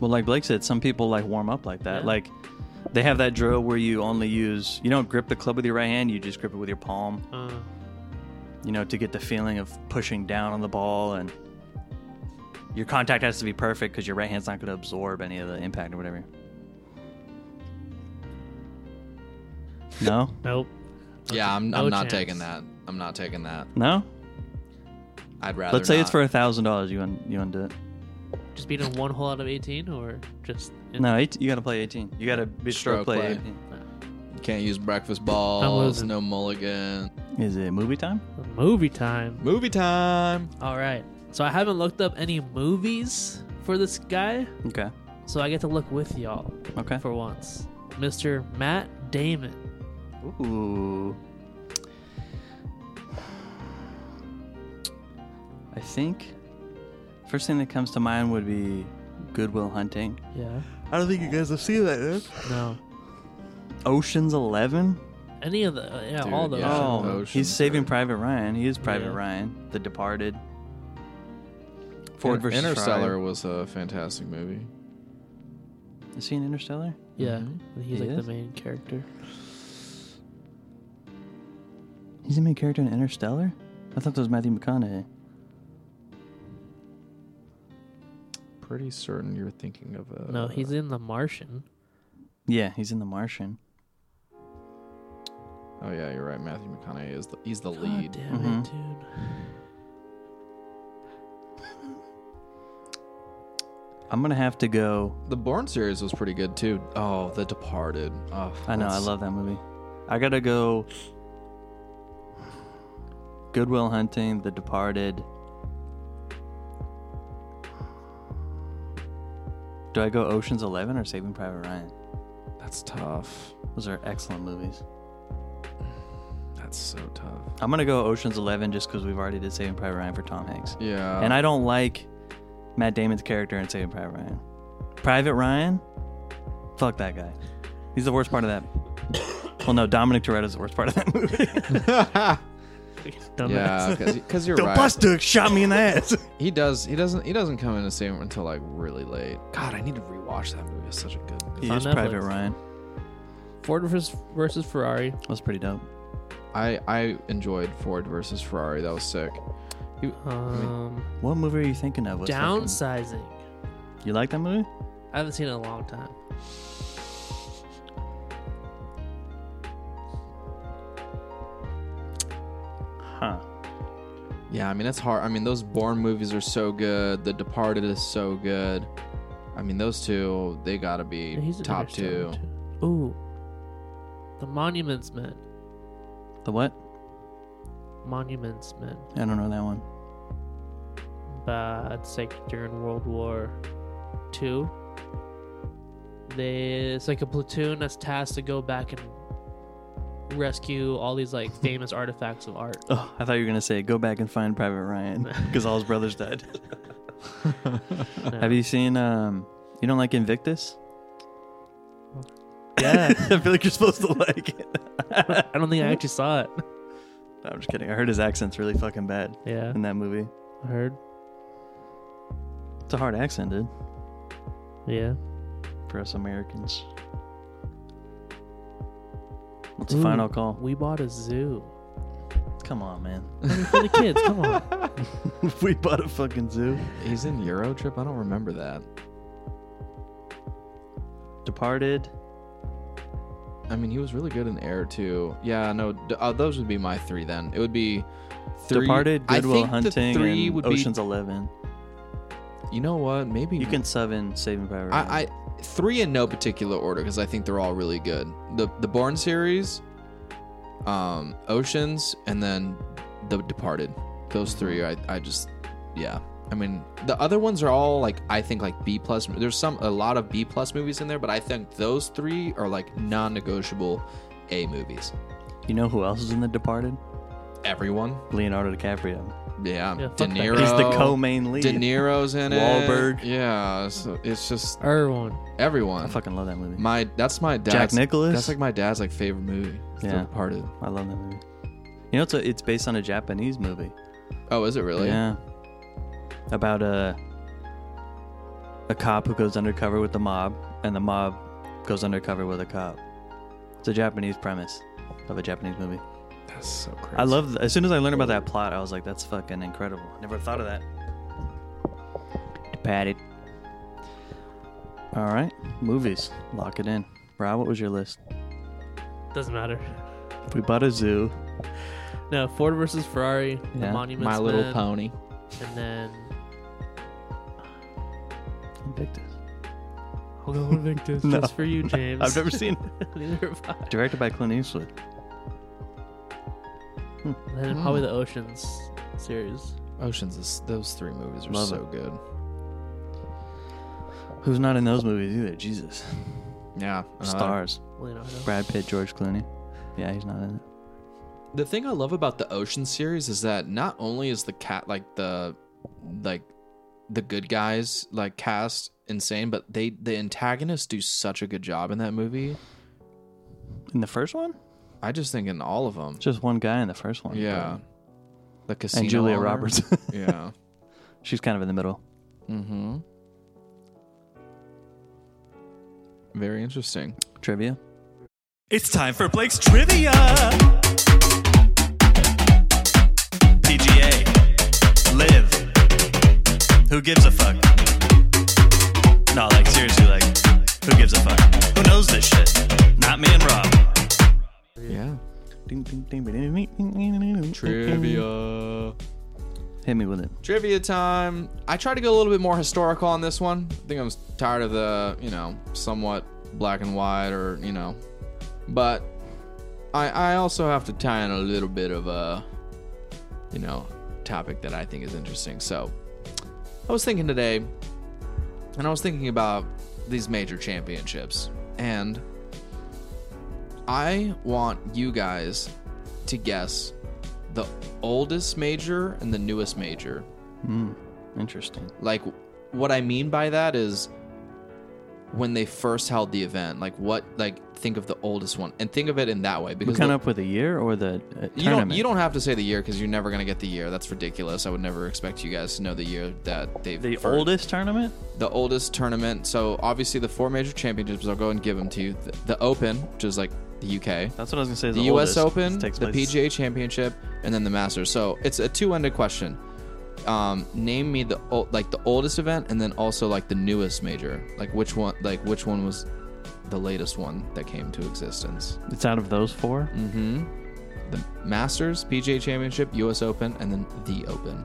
Well, like Blake said, some people like warm up like that.
Yeah.
Like they have that drill where you only use you don't grip the club with your right hand, you just grip it with your palm.
Uh,
you know, to get the feeling of pushing down on the ball and your contact has to be perfect because your right hand's not going to absorb any of the impact or whatever. No,
nope.
Yeah, I'm,
No
I'm not
chance.
taking that. I'm not taking that.
no.
I'd rather.
Let's say it's
not.
for a thousand dollars. You un- you undo it.
Just beating one hole out of 18, or just
No, eight, you got to play eighteen. You got to be stroke
Stroke
play.
play.
18.
Can't use breakfast balls.
losing.
No mulligan.
Is it movie time?
movie time.
Movie time.
All right. So I haven't looked up any movies for this guy,
Okay.
so I get to look with y'all
Okay.
for once. Mr. Matt Damon.
Ooh. I think first thing that comes to mind would be Goodwill Hunting.
Yeah.
I don't think you guys have seen that.
No.
Ocean's Eleven.
Any of the uh, yeah,
Dude,
all those.
yeah.
oh,
Ocean's
he's Saving
Eleven.
Private Ryan. He is Private
Yeah.
Ryan. The Departed. Ford versus
Interstellar
Ferrari.
was a fantastic movie.
Is he in Interstellar?
Yeah. He's like
He
the
is?
main character.
He's the main character in Interstellar? I thought that was Matthew McConaughey.
Pretty certain you're thinking of a.
No, he's in The Martian.
Yeah, he's in The Martian.
Oh yeah, you're right. Matthew McConaughey is the, he's the
God
lead.
damn it, dude.
I'm gonna have to go.
The Bourne series was pretty good too. Oh, The Departed. Oh,
I know, I
that's-
love that movie. I gotta go. Goodwill Hunting, The Departed. Do I go Ocean's Eleven or Saving Private Ryan?
That's tough.
Those are excellent movies.
That's so tough.
I'm gonna go Ocean's Eleven just because we've already did Saving Private Ryan for Tom Hanks,
Yeah.
and I don't like Matt Damon's character in Saving Private Ryan. Private Ryan, fuck that guy. He's the worst part of that. well, no, Dominic Toretto's the worst part of that movie.
Dumbass.
yeah, because you're
the
right.
bus dude shot me in the ass.
He does. He doesn't. He doesn't come into Sam until like really late. God, I need to rewatch that movie. It's such a good. movie.
He
on
is
Netflix.
Private Ryan.
Ford versus, versus Ferrari.
That was pretty dope.
I I enjoyed Ford versus Ferrari. That was sick. He-
Um,
What movie are you thinking of? What's that one?
downsizing.
You like that movie?
I haven't seen it in a long time.
Huh.
yeah, I mean it's hard. I mean those Bourne movies are so good. The Departed is so good. I mean those two, they gotta be
Yeah, he's in
top two.
Interstellar, too. Ooh, the Monuments Men.
The what?
Monuments Men.
I don't know that one.
But it's like during World War Two. They it's like a platoon that's tasked to go back and rescue all these like famous artifacts of art.
Oh, I thought you were gonna say go back and find Private Ryan because all his brothers died.
No.
Have you seen? um You don't like Invictus?
Yeah.
I feel like you're supposed to like it.
I don't think I actually saw it.
No, I'm just kidding. I heard his accent's really fucking bad
Yeah,
in that movie.
I heard.
It's a hard accent, dude,
Yeah.
for us Americans. What's the
Ooh,
final call?
We bought a zoo
Come on, man.
I mean, for the kids. Come on.
we bought a fucking zoo.
He's in Euro Trip. I don't remember that.
Departed.
I mean he was really good in Air too. Yeah, no, d- uh, those would be my three then. It would be. Three,
Departed,
I
Goodwill
think the
Hunting,
three
and
would
Ocean's Eleven.
Be, you know what? Maybe
You can sub in Saving Private Ryan.
I, I three in no particular order because I think they're all really good. The the Bourne series, um, Oceans, and then The Departed. Those three, I I just yeah. I mean, the other ones are all like I think like B plus. There's some a lot of B plus movies in there, but I think those three are like non-negotiable A movies.
you know who else is in The Departed?
Everyone,
Leonardo DiCaprio.
yeah,
Yeah, fuck
De
that guy.
Niro.
He's the co-main lead.
De Niro's in it.
Wahlberg.
Yeah, so it's just
Everyone.
I
everyone.
fucking love that movie.
My that's my dad's
Nicholas?
That's like my dad's like favorite movie. It's The
Yeah.
Departed.
I love that movie. You know, it's a, it's based on a Japanese movie.
Oh, is it really?
Yeah. About a a cop who goes undercover with the mob, and the mob goes undercover with a cop. It's a Japanese premise of a Japanese movie.
That's so crazy.
I love. As soon as I learned about that plot, I was like, "That's fucking incredible." I never thought of that. Patted. All right, movies. Lock it in. Rob, what was your list?
Doesn't matter.
We bought a zoo.
No, Ford versus Ferrari, the
Yeah,
Monuments
My Little
Men,
Pony.
and then
Invictus.
I'll go Invictus
No.
just for you, James.
I've never seen. it.
Neither have I.
Directed by Clint Eastwood.
And then probably the Oceans series.
Oceans. Is, those three movies are
Love
so good.
Who's not in those movies either? Jesus.
Yeah. uh, I know.
Uh, Stars.
Leonardo.
Brad Pitt, George Clooney. Yeah, he's not in it.
The thing I love about the Ocean series is that not only is the cat like the like the good guys like cast insane, but they the antagonists do such a good job in that movie.
In the first one?
I just think in all of them.
Just one guy in the first one.
Yeah. The casino
And Julia
owner.
Roberts.
yeah.
She's kind of in the middle.
Mm-hmm. Very interesting.
Trivia.
It's time for Blake's trivia. Who gives a fuck? No, like seriously, like who gives a fuck? Who knows this shit? Not me and Rob.
Yeah.
Trivia.
Trivia.
Hit me with it.
Trivia time. I tried to go a little bit more historical on this one. I think I'm tired of the, you know, somewhat black and white or, you know. But I I also have to tie in a little bit of a you know, topic that I think is interesting. So, I was thinking today and I was thinking about these major championships and I want you guys to guess the oldest major and the newest major
Interesting.
like what i mean by that is when they first held the event like what like think of the oldest one and think of it in that way
We
because
kind
the-
up with the year or the uh,
you don't
tournament?
you don't have to say the year because you're never gonna get the year that's ridiculous i would never expect you guys to know the year that they've
the
fir-
oldest tournament.
the oldest tournament so obviously the four major championships i'll go and give them to you the, the open which is like the uk
That's what I was gonna say. Is
the,
the,
U.S.
oldest.
Open,
This takes
the
place-
PGA Championship, and then the Masters. So it's a two-ended question. Um, name me the ol- like the oldest event, and then also like the newest major. Like which one? Like which one was the latest one that came to existence?
It's out of those four. Mm-hmm.
The Masters, PGA Championship, U.S. Open, and then the Open.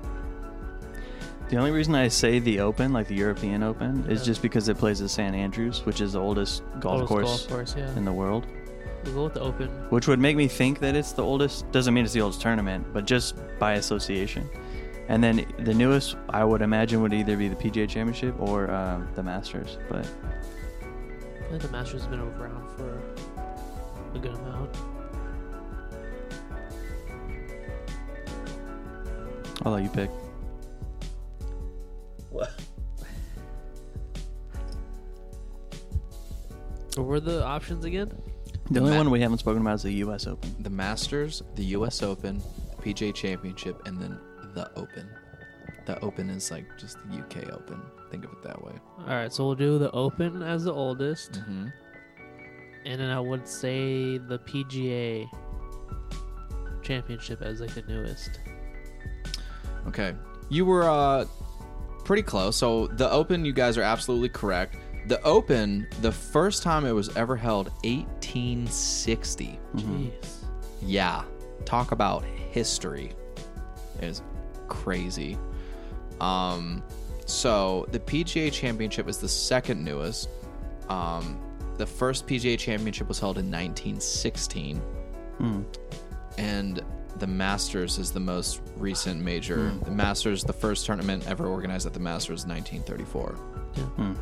The only reason I say the Open, like the European Open, is just because it plays at St Andrews, which is the oldest golf
Oldest
course,
golf course, yeah.
in the world.
We'll go with the open.
Which would make me think that it's the oldest. Doesn't mean it's the oldest tournament, but just by association. And then the newest, I would imagine, would either be the PGA Championship or uh, the Masters. But
I think the Masters has been around for a good amount.
I'll let you pick.
What were the options again?
The only
Ma-
one we haven't spoken about is the U.S. Open.
The Masters, the U.S. Open, the PGA Championship, and then the Open. The Open is like just the U.K. Open. Think of it that way.
All right, so we'll do the Open as the oldest,
Mm-hmm.
and then I would say the PGA Championship as like the newest.
Okay. You were uh pretty close. So the open you guys are absolutely correct. The open, the first time it was ever held 1860.
Mm-hmm.
Jeez,
Yeah. Talk about history. It is crazy. Um so the PGA Championship is the second newest. Um the first PGA Championship was held in 1916. And the Masters is the most recent major. The Masters, the first tournament ever organized at the Masters, 1934.
Yeah.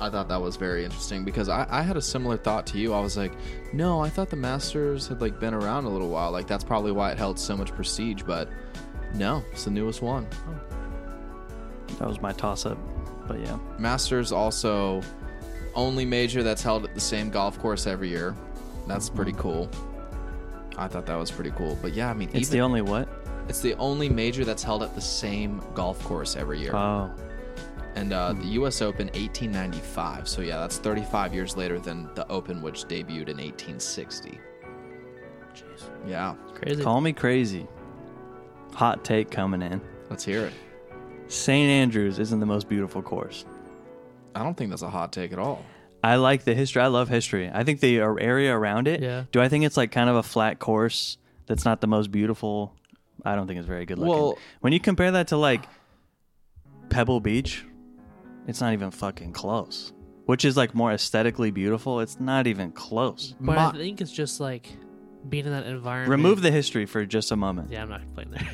I thought that was very interesting because I, I had a similar thought to you. I was like, no, I thought the Masters had like been around a little while. Like that's probably why it held so much prestige, but no, it's the newest one.
That was my toss-up. But yeah,
Masters also only major that's held at the same golf course every year. That's pretty
Mm-hmm.
cool. I thought that was pretty cool. But yeah, I mean,
it's
even,
the only what?
it's the only major that's held at the same golf course every year.
Oh,
and uh,
Hmm.
the U.S. Open 1895. So yeah, that's 35 years later than the Open, which debuted in 1860.
jeez,
Yeah,
crazy.
call me crazy. Hot take coming in.
let's hear it.
St. Andrews isn't the most beautiful course.
I don't think that's a hot take at all.
I like the history. I love history. I think the ar- area around it.
Yeah.
Do I think it's like kind of a flat course that's not the most beautiful? I don't think it's very good looking.
Well-
when you compare that to like Pebble Beach, it's not even fucking close. Which is like more aesthetically beautiful. It's not even close.
But I
My-
think it's just like being in that environment.
Remove the history for just a moment.
Yeah, I'm not playing there.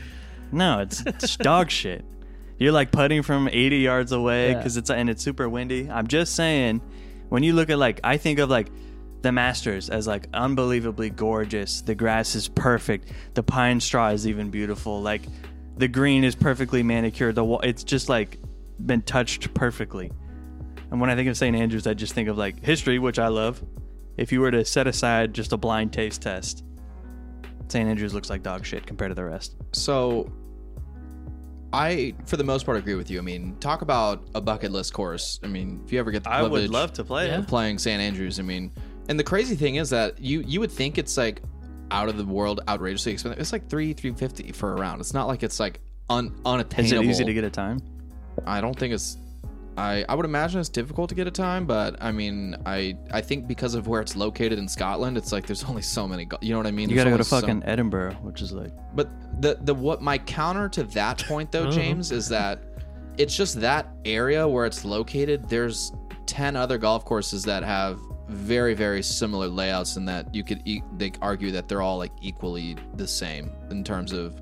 No, it's, it's dog shit. You're like putting from 80 yards away
Yeah.
because it's and it's super windy. I'm just saying, when you look at like, I think of like the Masters as like unbelievably gorgeous. The grass is perfect. The pine straw is even beautiful. Like the green is perfectly manicured. The wall, it's just like been touched perfectly. And when I think of St. Andrews, I just think of like history, which I love. If you were to set aside just a blind taste test, St. Andrews looks like dog shit compared to the rest.
So I, for the most part, agree with you. I mean, talk about a bucket list course. I mean, if you ever get the
I would
privilege
love to play
Yeah.
it.
of playing St. Andrews, I mean, and the crazy thing is that you you would think it's like out of the world outrageously expensive. It's like three, three fifty for a round. It's not like it's like un
Is it
unattainable.
easy to get a time?
I don't think it's. I, I would imagine it's difficult to get a time, but I mean, I I think because of where it's located in Scotland, it's like there's only so many. go- You know what I mean?
You
There's
gotta go to
only so-
fucking Edinburgh, which is like
But the the what my counter to that point though, James, is that it's just that area where it's located. There's ten other golf courses that have very very similar layouts, and that you could e- they argue that they're all like equally the same in terms of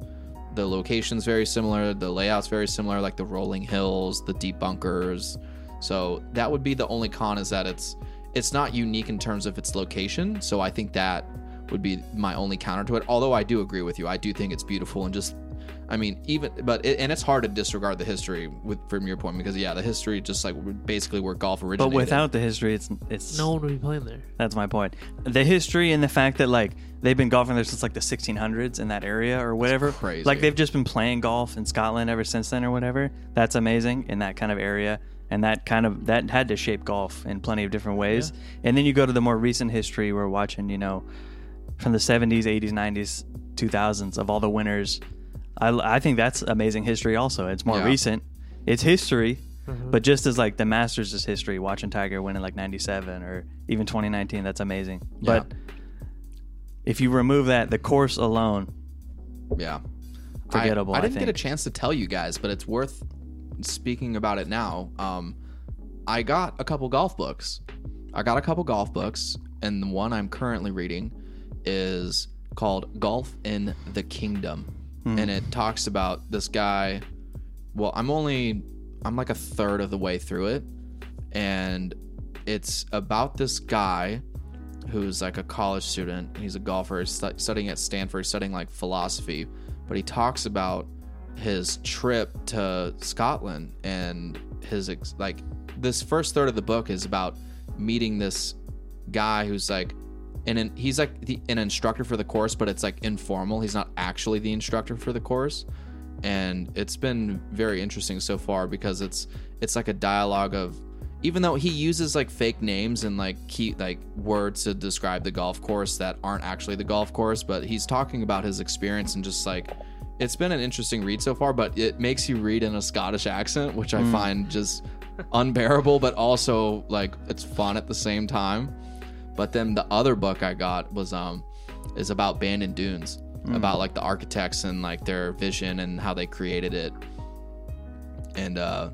the locations very similar, the layouts very similar, like the rolling hills, the deep bunkers. So that would be the only con is that it's it's not unique in terms of its location. So I think that would be my only counter to it. Although I do agree with you, I do think it's beautiful and just I mean even but it, and it's hard to disregard the history with from your point because yeah, the history just like basically where golf
but
originated.
without the history it's it's
No one would be playing there.
That's my point. The history and the fact that like they've been golfing there since like the 1600s in that area or whatever.
crazy.
Like they've just been playing golf in Scotland ever since then or whatever. That's amazing in that kind of area and that kind of that had to shape golf in plenty of different ways. And then you go to the more recent history we're watching, you know, from the 70s, 80s, 90s, 2000s of all the winners. I I think that's amazing history also. It's more
Yeah.
recent. It's history, but just as like the Masters is history, watching Tiger win in like 97 or even 2019, that's amazing.
Yeah.
But if you remove that, the course alone,
yeah.
forgettable. I,
I, I didn't get a
think.
chance to tell you guys, but it's worth speaking about it now. Um, I got a couple golf books. I got a couple golf books, and the one I'm currently reading is called Golf in the Kingdom.
Hmm.
And it talks about this guy. Well, I'm only, I'm like a third of the way through it. And it's about this guy who's like a college student. He's a golfer. He's stu- studying at Stanford, studying like philosophy. But he talks about his trip to Scotland and his ex- like this first third of the book is about meeting this guy who's like and in, he's like the, an instructor for the course but it's like informal he's not actually the instructor for the course and it's been very interesting so far because it's it's like a dialogue of even though he uses like fake names and like key like words to describe the golf course that aren't actually the golf course but he's talking about his experience and just like it's been an interesting read so far but it makes you read in a scottish accent which i find just unbearable but also like it's fun at the same time but then the other book I got was um is about Band and Dunes, about like the architects and like their vision and how they created it. And uh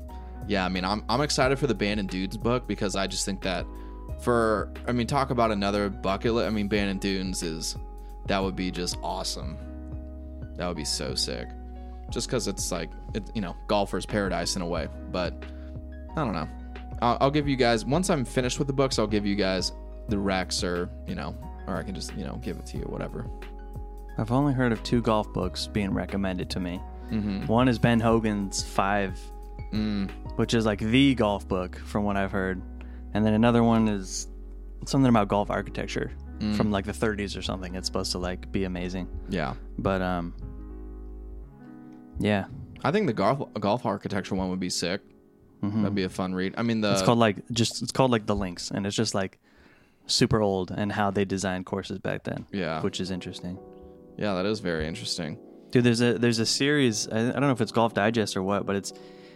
yeah, I mean I'm I'm excited for the Band and Dunes book because I just think that for I mean talk about another bucket list. I mean Band and Dunes is that would be just awesome. That would be so sick. Just because it's like it, you know golfers paradise in a way, but I don't know. I'll, I'll give you guys once I'm finished with the books. I'll give you guys the racks, or you know, or I can just you know give it to you, whatever.
I've only heard of two golf books being recommended to me. One is Ben Hogan's Five, which is like the golf book from what I've heard, and then another one is something about golf architecture from like the 30s or something. It's supposed to like be amazing,
Yeah,
but um, yeah,
I think the golf golf architecture one would be sick. That'd be a fun read. I mean, the
Mm-hmm. It's called like just it's called like the links, and it's just like super old and how they designed courses back then.
Yeah.
which is interesting.
yeah, that is very interesting.
Dude, there's a there's a series. I, I don't know if it's Golf Digest or what, but it's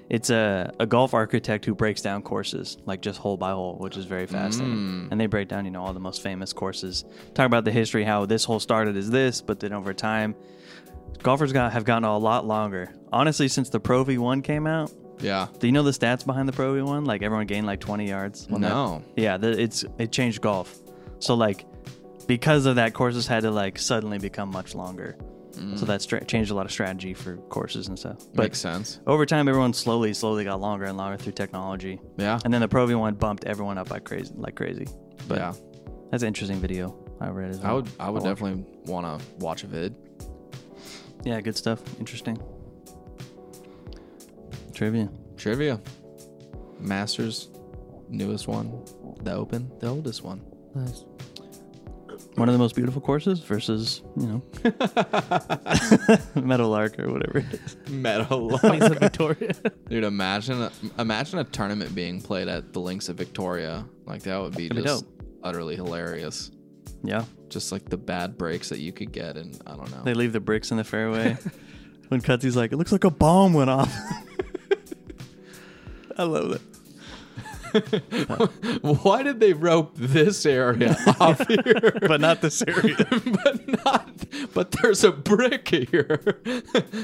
it's a a golf architect who breaks down courses like just hole by hole, which is very fascinating. And they break down you know all the most famous courses, talk about the history, how this hole started as this, but then over time, golfers got have gotten a lot longer. Honestly, since the Pro V1 came out,
Yeah,
do you know the stats behind the Pro V one? Like everyone gained like 20 yards. when
No.
that- yeah, the, it's it changed golf. So like because of that, courses had to like suddenly become much longer. So that stra- changed a lot of strategy for courses and stuff. But
Mm. makes sense.
over time, everyone slowly, slowly got longer and longer through technology.
Yeah,
And then the Pro V one bumped everyone up like crazy, like crazy. But
yeah.
that's an interesting video. I read as well.
I would I would
I'll watch.
definitely want to watch a vid.
Yeah, good stuff. Interesting. Trivia.
Trivia, Masters, newest one, the Open, the oldest one.
Nice.
one of the most beautiful courses versus you know metal arc or whatever it is.
Metal.
Links of Victoria.
Dude, imagine imagine a tournament being played at the links of Victoria. Like that would be
That'd be
just
dope.
utterly hilarious.
Yeah.
Just like the bad breaks that you could get, and I don't know.
They leave the bricks in the fairway. when Cutsy's like, it looks like a bomb went off. I love that.
Why did they rope this area off here?
But not this area.
but not. But there's a brick here.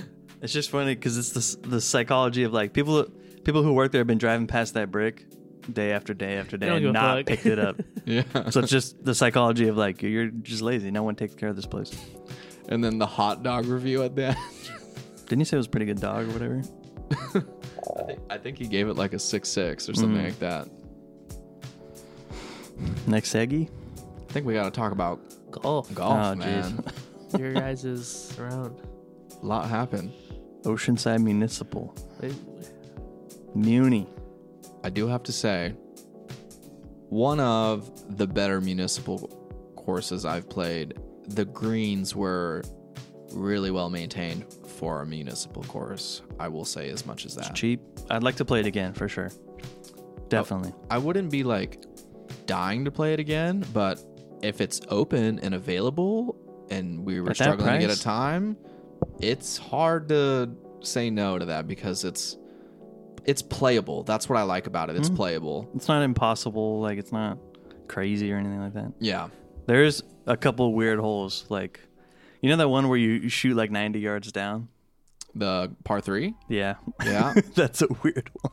It's just funny because it's the, s- the psychology of like people people who work there have been driving past that brick day after day after day
don't give
and
a
not
fuck.
picked it up.
yeah.
so it's just the psychology of like you're just lazy. No one takes care of this place.
And then the hot dog review at the end.
Didn't you say it was a pretty good dog or whatever?
I think, I think he gave it like a six six or
Mm.
something like that.
Next Seggy?
I think we got to talk about
Golf.
golf,
Oh, jeez.
man.
Your guys is around.
A lot happened.
Oceanside Municipal.
They-
Muni.
I do have to say, one of the better municipal courses I've played, the greens were really well maintained for a municipal course. I will say as much as that.
Cheap. I'd like to play it again for sure.
Oh.
Definitely.
I wouldn't be like dying to play it again, but if it's open and available and we were
At that
struggling to get
price?
a time, it's hard to say no to that because it's it's playable. That's what I like about it.
Mm-hmm.
It's playable.
It's not impossible. Like it's not crazy or anything like that.
Yeah.
There's a couple weird holes. Like, you know that one where you you shoot like 90 yards down?
The par 3?
Yeah.
Yeah.
That's a weird one.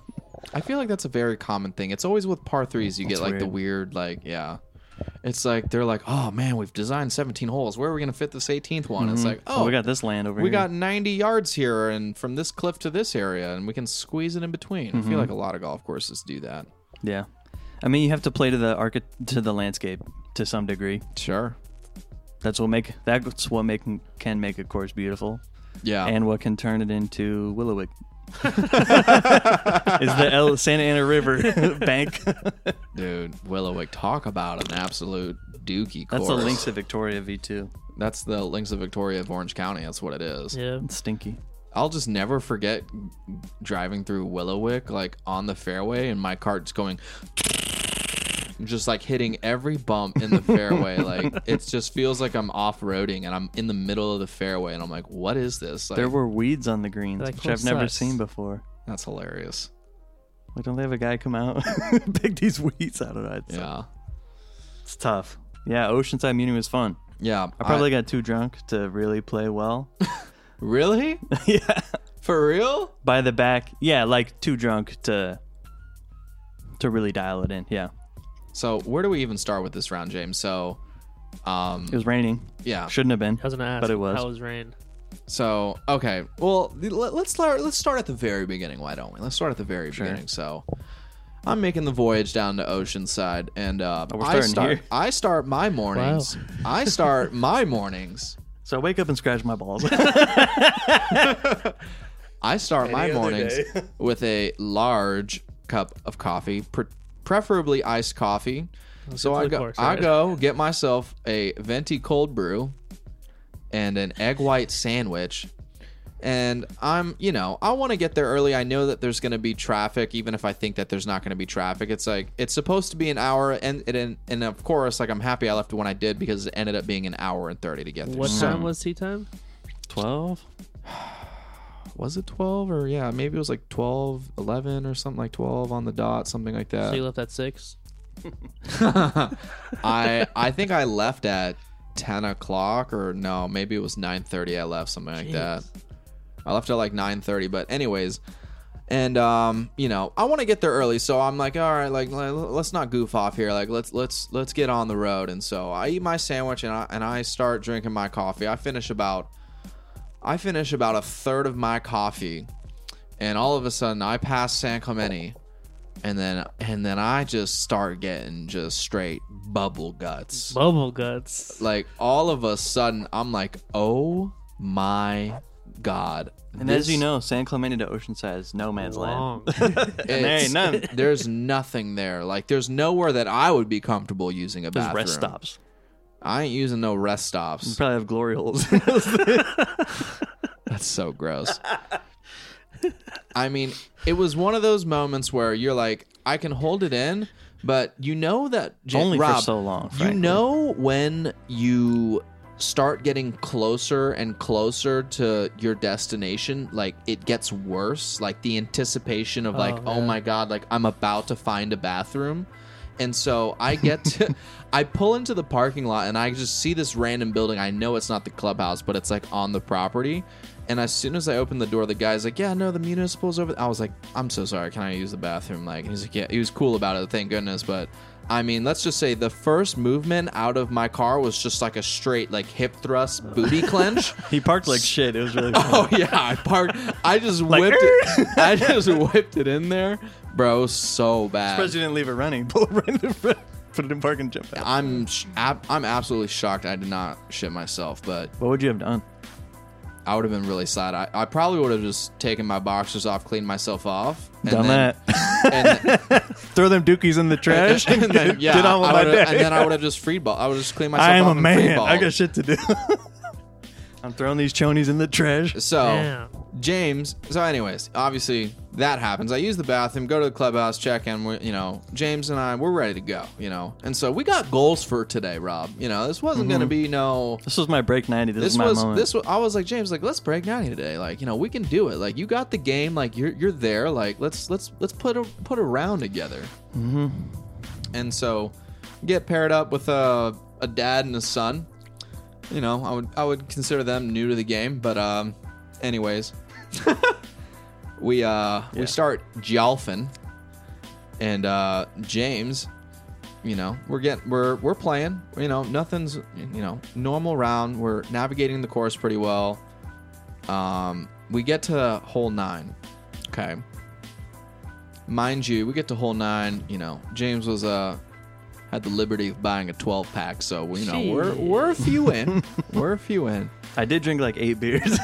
I feel like that's a very common thing. It's always with par threes you get like the
weird.
weird like yeah. It's like they're like, oh man, we've designed 17 holes. Where are we gonna fit this 18th one? It's like, oh,
Mm-hmm. we got this land over
we
here.
got 90 yards here, and from this cliff to this area, and we can squeeze it in between.
Mm-hmm.
I feel like a lot of golf courses do that.
Yeah. I mean, you have to play to the archi- to the landscape to some degree.
Sure.
That's what make that's what make can make a course beautiful,
Yeah.
and what can turn it into Willowick. is the El- Santa Ana River bank?
dude, Willowick, talk about an absolute dookie course.
That's the links of Victoria V2.
That's the Links of Victoria of Orange County. That's what it is.
yeah.
It's stinky.
I'll just never forget driving through Willowick, like on the fairway, and my cart's going, just like hitting every bump in the fairway. like it just feels like I'm off roading, and I'm in the middle of the fairway, and I'm like, what is this? Like,
There were weeds on the greens,
That
which
course
I've never
sucks.
seen before.
that's hilarious.
Like, don't they have a guy come out pick these weeds out of it? It's,
Yeah.
it's tough. Yeah, Oceanside Muni was fun.
Yeah,
I probably got too drunk to really play well.
really
yeah,
for real.
by the back. Yeah, like too drunk to to really dial it in. Yeah,
So where do we even start with this round, James? So, um,
it was raining.
yeah.
Shouldn't have been.
I was gonna ask.
But it was.
How was rain?
So okay, well th- let- let's start. Let's start at the very beginning. Why don't we? Let's start at the very beginning. So, I'm making the voyage down to Oceanside, and uh,
Oh, we're
I
starting
start.
here.
I start my mornings. I start my mornings.
So I wake up and scratch my balls.
I start my mornings with a large cup of coffee, pre- preferably iced coffee. so
good
I
look
go,
for it,
I
sorry.
go get myself a venti cold brew and an egg white sandwich. And I'm, you know, I want to get there early. I know that there's going to be traffic, even if I think that there's not going to be traffic. It's like it's supposed to be an hour, and and and of course, like I'm happy I left when I did because it ended up being an hour and thirty to get there.
What
So-
time was tea time?
Twelve.
was it 12 or yeah maybe it was like 12 11 or something like 12 on the dot something like that
Uh,
So you left at six.
i i think i left at 10 o'clock or no maybe it was 9.30 i left something like that
Jeez.
i left at like 9.30 but anyways and um you know i want to get there early so i'm like all right like le- let's not goof off here like let's let's let's get on the road and so i eat my sandwich and i and i start drinking my coffee i finish about i finish about a third of my coffee and all of a sudden i pass san clemente and then and then i just start getting just straight bubble guts
Bubble guts.
like all of a sudden I'm like, oh my god.
And as you know, San Clemente to Oceanside is no man's land.
Long.
There ain't none.
there's nothing there. Like there's nowhere that I would be comfortable using a
There's
bathroom.
rest stops.
I ain't using no rest stops.
Probably have glory holes.
That's so gross. I mean, it was one of those moments where you're like, I can hold it in, But you know that J-
Only for
Rob,
so long,
You
frankly.
know when you start getting closer and closer to your destination, like it gets worse. Like the anticipation of like,
Oh,
oh
yeah.
my god, like I'm about to find a bathroom. And so I get to, I pull into the parking lot and I just see this random building. I know it's not the clubhouse, but it's like on the property. And as soon as I open the door, the guy's like, "Yeah, no, the municipal's over." th-" I was like, "I'm so sorry. Can I use the bathroom?" Like, and he's like, "Yeah." He was cool about it, thank goodness. But I mean, let's just say the first movement out of my car was just like a straight like hip thrust booty clench.
He parked like shit. It was really funny.
Oh yeah, I parked. I just whipped. it, I just whipped it in there, bro. it was So bad.
Surprised you didn't leave it running. Pull it right in the front, put it in park and jump out.
I'm sh- ab- I'm absolutely shocked. I did not shit myself, but
What would you have done?
I would have been really sad. I, I probably would have just taken my boxers off, cleaned myself off, and
done
then,
that.
And,
Throw them dookies in the trash and,
and then, yeah,
get on with
I
my
would've-
day.
and then I would have just free ball. I would just clean myself.
I am
off
a
and free
man. I
balled.
got shit to do. I'm throwing these chonies in the trash.
So
Damn.
James. So, anyways, obviously that happens. I use the bathroom, go to the clubhouse, check in. We're, you know, James and I, we're ready to go. You know, and so we got goals for today, Rob. You know, this wasn't going to be no.
This was my break 90. This,
this
is my
was
moment.
this was I was like James like let's break 90 today like you know we can do it like you got the game like you're you're there like let's let's let's put a put a round together mm-hmm. and so get paired up with a a dad and a son you know I would I would consider them new to the game but um anyways we uh we start Jalfin and uh James you know we're getting we're we're playing you know nothing's you know normal round we're navigating the course pretty well um we get to hole nine okay mind you we get to hole nine you know james was uh had the liberty of buying a 12 pack so you know we're
Shit.
we're a few in we're a few in
I did drink like eight beers.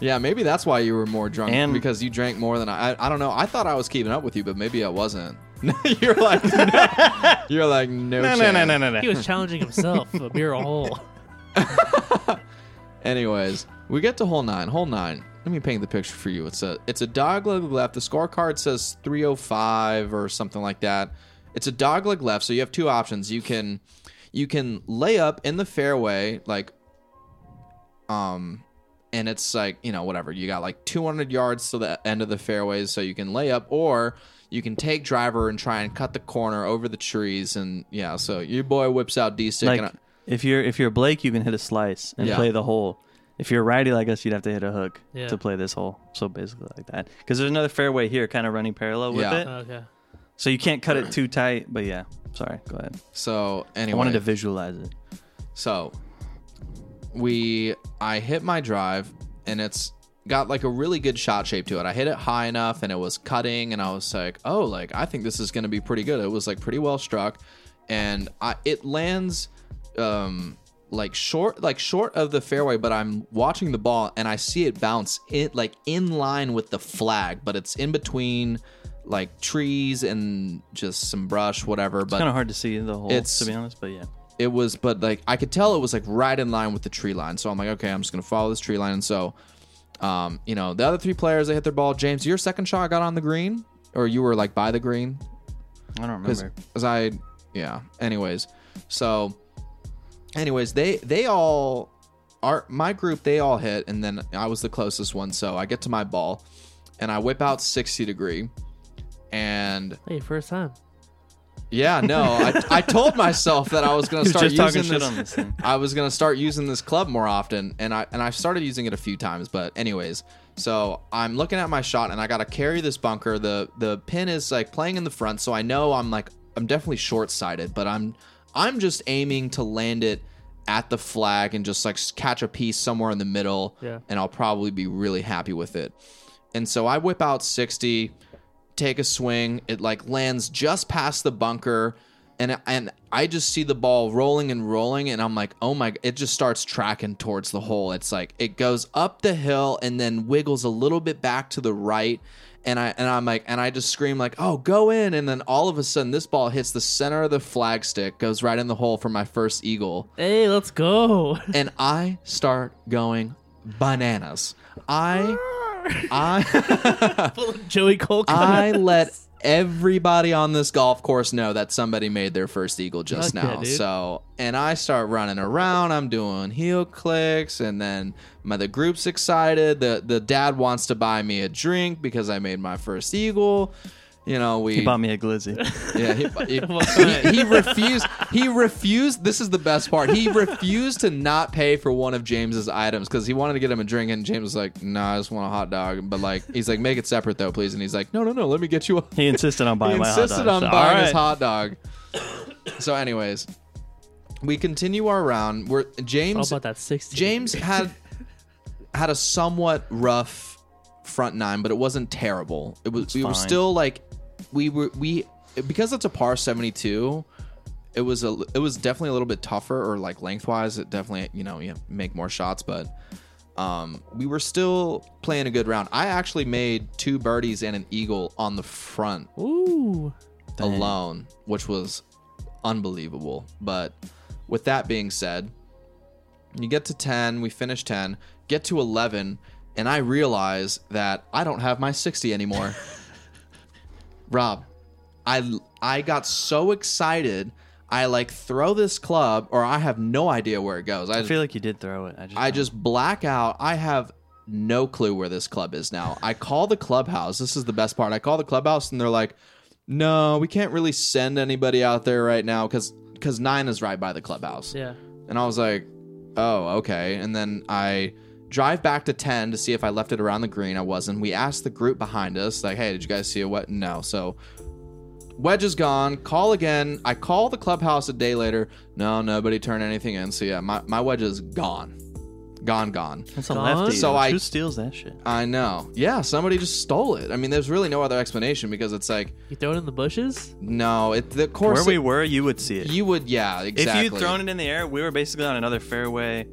yeah maybe that's why you were more drunk
And-
because you drank more than I, I i don't know i thought i was keeping up with you but maybe i wasn't you're like no. you're like no
no, no, no,
chance.
no, no, no.
He was challenging himself a beer a hole.
Anyways, we get to hole nine. Hole nine. Let me paint the picture for you. It's a it's a dog leg left. The scorecard says 305 or something like that. It's a dog leg left, so you have two options. You can you can lay up in the fairway, like um and it's like, you know, whatever. You got like 200 yards to the end of the fairways, so you can lay up, or you can take driver and try and cut the corner over the trees. And yeah, so your boy whips out D stick.
like
and I-
if you're if you're Blake, you can hit a slice and
Yeah.
play the hole. If you're righty like us, you'd have to hit a hook
Yeah.
to play this hole. So basically like that, because there's another fairway here, kind of running parallel with
Yeah.
it,
Okay.
so you can't cut it too tight. But yeah, sorry, go ahead.
so anyway.
I wanted to visualize it.
So we I hit my drive and it's got like a really good shot shape to it. I hit it high enough and it was cutting and I was like, "Oh, like I think this is going to be pretty good." It was like pretty well struck and I it lands um like short like short of the fairway, but I'm watching the ball and I see it bounce it like in line with the flag, but it's in between like trees and just some brush whatever, but
Kind of hard to see the hole,
it's-
to be honest. But yeah,
it was but like i could tell it was like right in line with the tree line so i'm like okay i'm just gonna follow this tree line and so um you know the other three players they hit their ball james your second shot got on the green or you were like by the green
I don't
because
remember.
I yeah. Anyways, so anyways, they they all are my group. They all hit, and then I was the closest one. So I get to my ball, and I whip out sixty degree, and
Hey, first time.
yeah, no, I, I told myself that I was gonna
He was
start
just talking
using
shit
this.
on this thing.
I was gonna start using this club more often, and I and I've started using it a few times. But anyways, so I'm looking at my shot, and I gotta carry this bunker. the The pin is like playing in the front, so I know I'm like I'm definitely short sighted, but I'm I'm just aiming to land it at the flag and just like s- catch a piece somewhere in the middle,
Yeah.
and I'll probably be really happy with it. And so I whip out 60, take a swing. It like lands just past the bunker, and and I just see the ball rolling and rolling, and I'm like, oh my! It just starts tracking towards the hole. It's like it goes up the hill and then wiggles a little bit back to the right. And I and I'm like and I just scream like oh go in and then all of a sudden this ball hits the center of the flag stick goes right in the hole for my first eagle
Hey, let's go.
and I start going bananas I I
Joey Cole.
I let everybody on this golf course know that somebody made their first eagle just
Fuck yeah,
now.
dude.
so, and I start running around. I'm doing heel clicks, and then my the group's excited. the The dad wants to buy me a drink because I made my first eagle. You know, we
He bought me a glizzy.
yeah, he, he, he, he refused. He refused. This is the best part. He refused to not pay for one of James's items because he wanted to get him a drink, and James was like, "No, I just want a hot dog." But like, he's like, "Make it separate though, please." And he's like, "No, no, no. Let me get you a."
He insisted on
He
buying my hot
insisted
dog.
on
So, all
buying his
right.
hot dog. So, anyways, we continue our round. We're
All
James.
about that sixteen.
James had had a somewhat rough front nine, but it wasn't terrible. It was we were
fine.
still like we were we because it's a par seventy two. It was a it was definitely a little bit tougher, or like lengthwise, it definitely you know you make more shots, but um, we were still playing a good round. I actually made two birdies and an eagle on the front
Ooh.
alone, which was unbelievable. But with that being said, you get to 10, we finish 10, get to 11, and I realize that I don't have my 60 anymore. Rob, I I got so excited, I like throw this club or I have no idea where it goes. I,
I feel like you did throw it. I just,
I just black out. I have no clue where this club is now. I call the clubhouse. This is the best part. I call the clubhouse and they're like, "No, we can't really send anybody out there right now cuz cuz 9 is right by the clubhouse."
Yeah.
And I was like, "Oh, okay." And then I drive back to 10 to see if I left it around the green. I wasn't. We asked the group behind us like, "Hey, did you guys see a what?" No. So Wedge is gone. Call again. I call the clubhouse a day later. No, nobody turned anything in. So yeah, my, my wedge is gone. Gone, gone.
That's a
Gone?
lefty.
So I-
Who steals that shit?
I know. Yeah, somebody just stole it. I mean, there's really no other explanation because it's like,
You throw it in the bushes?
no, it the
Where
course.
we were, you would see it.
you would, yeah, exactly.
If you'd thrown it in the air, we were basically on another fairway.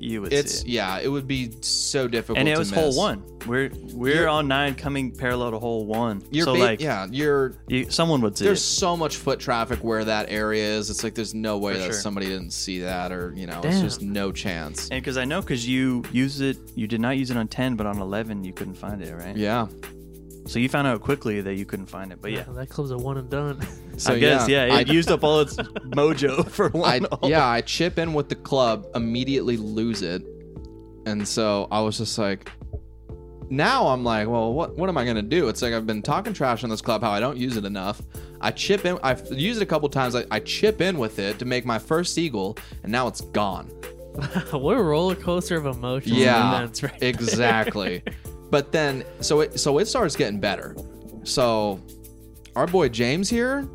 You would
it's
see it.
yeah, it would be so difficult.
And it
to
was hole
miss.
one. We're we're
You're-
on nine, coming parallel to hole one.
You're
so
ba-
like,
yeah, you're
you, someone would see
there's
it.
so much foot traffic where that area is. It's like there's no way
For
that
sure.
somebody didn't see that, or you know, it's
Damn.
just no chance.
And because I know, because you used it, you did not use it on ten, but on eleven you couldn't find it, right?
Yeah.
So you found out quickly that you couldn't find it. But yeah,
That club's a one and done.
So
I guess yeah,
I-
it used up all its mojo for
I,
one. hole.
yeah, I chip in with the club, immediately lose it. And so I was just like, now I'm like, well, what what am I gonna do? It's like I've been talking trash on this club, how I don't use it enough. I chip in, I've used it a couple times. I, I chip in with it to make my first eagle, and now it's gone.
what a roller coaster of emotions
Yeah,
and events, right?
exactly. but then, so it so it starts getting better. So our boy James here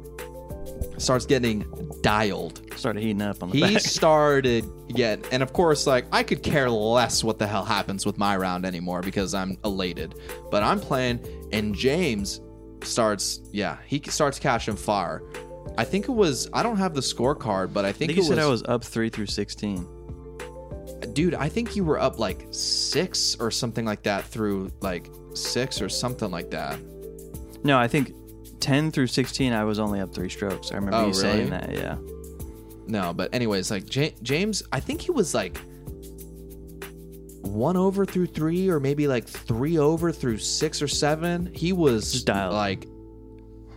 starts getting dialed.
started heating up on the
He
back.
started yet, and of course, like I could care less what the hell happens with my round anymore because I'm elated. But I'm playing, and James starts. Yeah, he starts catching fire. I think it was. I don't have the scorecard, but I
I
think,
think
it
you said I was up three through sixteen.
dude. I think you were up like six or something like that through like six or something like that.
No, I think ten through sixteen I was only up three strokes. I remember
Oh,
you saying
really?
that. Yeah.
No, but anyways, like J- James, I think he was like one over through three, or maybe like three over through six or seven. He was
Just dialed.
like,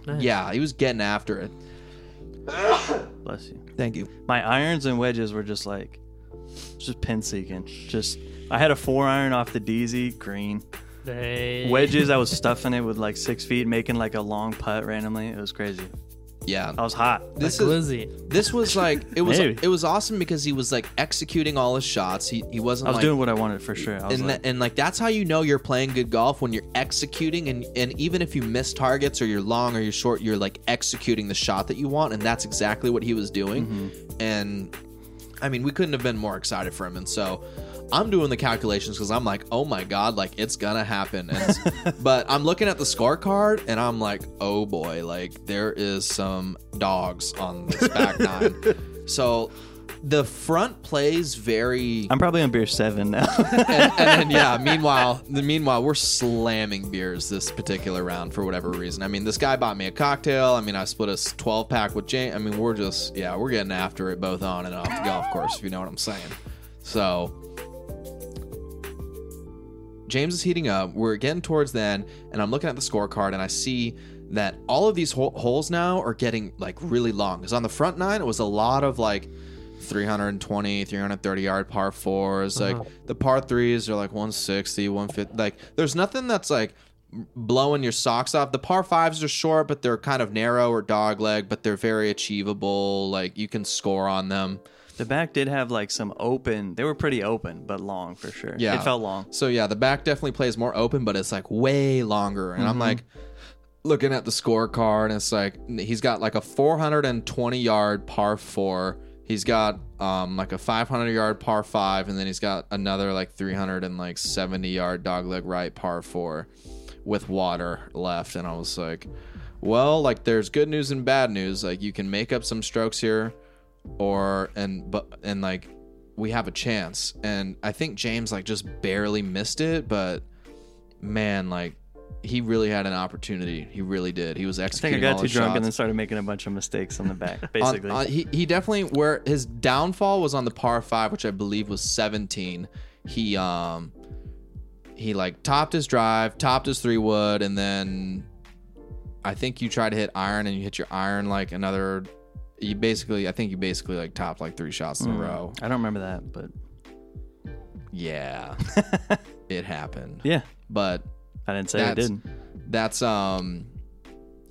Nice.
yeah, he was getting after it.
Bless you.
Thank you.
my irons and wedges were just like just pin seeking just i had a four iron off the dz green
They-
wedges i was stuffing it with like six feet making like a long putt randomly it was crazy
Yeah,
i Oh, was hot
this
like
is
Glizzy.
this was like it was
Maybe.
it was awesome because he was like executing all his shots. He he wasn't
i was
like
doing what i wanted for sure i was
and,
like
tha- and like that's how you know you're playing good golf when you're executing and and even if you miss targets or you're long or you're short you're like executing the shot that you want and that's exactly what he was doing
Mm-hmm.
and i mean we couldn't have been more excited for him and so i'm doing the calculations because i'm like oh my god like it's gonna happen and, but i'm looking at the scorecard and i'm like oh boy like there is some dogs on this back nine so the front plays very
i'm probably on beer seven now
and, and then yeah, meanwhile, the meanwhile we're slamming beers this particular round for whatever reason. I mean, this guy bought me a cocktail. I mean, I split a 12 pack with Jane. I mean, we're just yeah, we're getting after it both on and off the golf course, if you know what I'm saying. So James is heating up. We're getting towards the end, and I'm looking at the scorecard, and I see that all of these ho- holes now are getting like really long. Because on the front nine, it was a lot of like 320, 330 yard par 4s Like the par threes are like 160, 150. Like there's nothing that's like blowing your socks off. The par fives are short, but they're kind of narrow or dog leg, but they're very achievable. Like you can score on them.
The back did have like some open. They were pretty open, but long for sure.
Yeah.
it felt long.
So yeah, the back definitely plays more open, but it's like way longer. And I'm like looking at the scorecard, and it's like he's got like a 420 yard par four. He's got um like a 500 yard par five, and then he's got another like 370 yard dogleg right par four with water left. And I was like, well, like there's good news and bad news. Like you can make up some strokes here, or and but and like we have a chance. And I think James like just barely missed it, but man, like he really had an opportunity. He really did. He was
I think I
executing.
got
all
too
his
drunk and then
shots.
started making a bunch of mistakes on the back.
On-
Basically,
on- he he definitely where his downfall was on the par five, which I believe was 17. He um he like topped his drive, topped his three wood, and then I think you tried to hit iron and you hit your iron like another. You basically, I think you basically like topped like three shots in
Mm.
a row.
I don't remember that, but
Yeah, it happened.
yeah,
But
I didn't say I
That's-
didn't.
that's um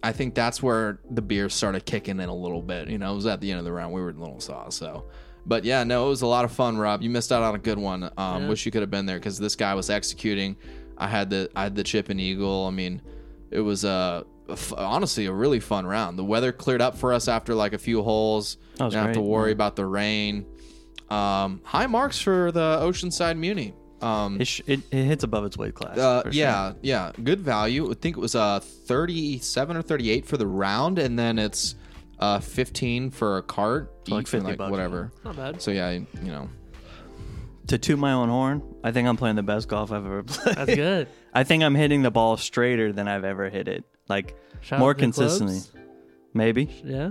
I think that's where the beer started kicking in a little bit. You know, it was at the end of the round. We were in Little Saw, so. But yeah, no, it was a lot of fun, Rob. You missed out on a good one. Um, Wish you could have been there because this guy was executing. I had the I had the chip and eagle. I mean, it was uh, a f- honestly a really fun round. The weather cleared up for us after like a few holes.
That was
Didn't have to
great.
worry about the rain. Um, high marks for the Oceanside Muni. Um,
It, sh- it, it hits above its weight class.
uh,
for sure.
yeah, yeah, good value. I think it was uh 37 or 38 for the round, and then it's uh 15 for a cart,
So like
each and,
50 bucks,
whatever.
Not bad.
So yeah, you know,
To toot my own horn, I think I'm playing the best golf I've ever played.
That's good.
I think I'm hitting the ball straighter than I've ever hit it. Like
Shout out
more
to the clubs.
consistently. Maybe.
Yeah.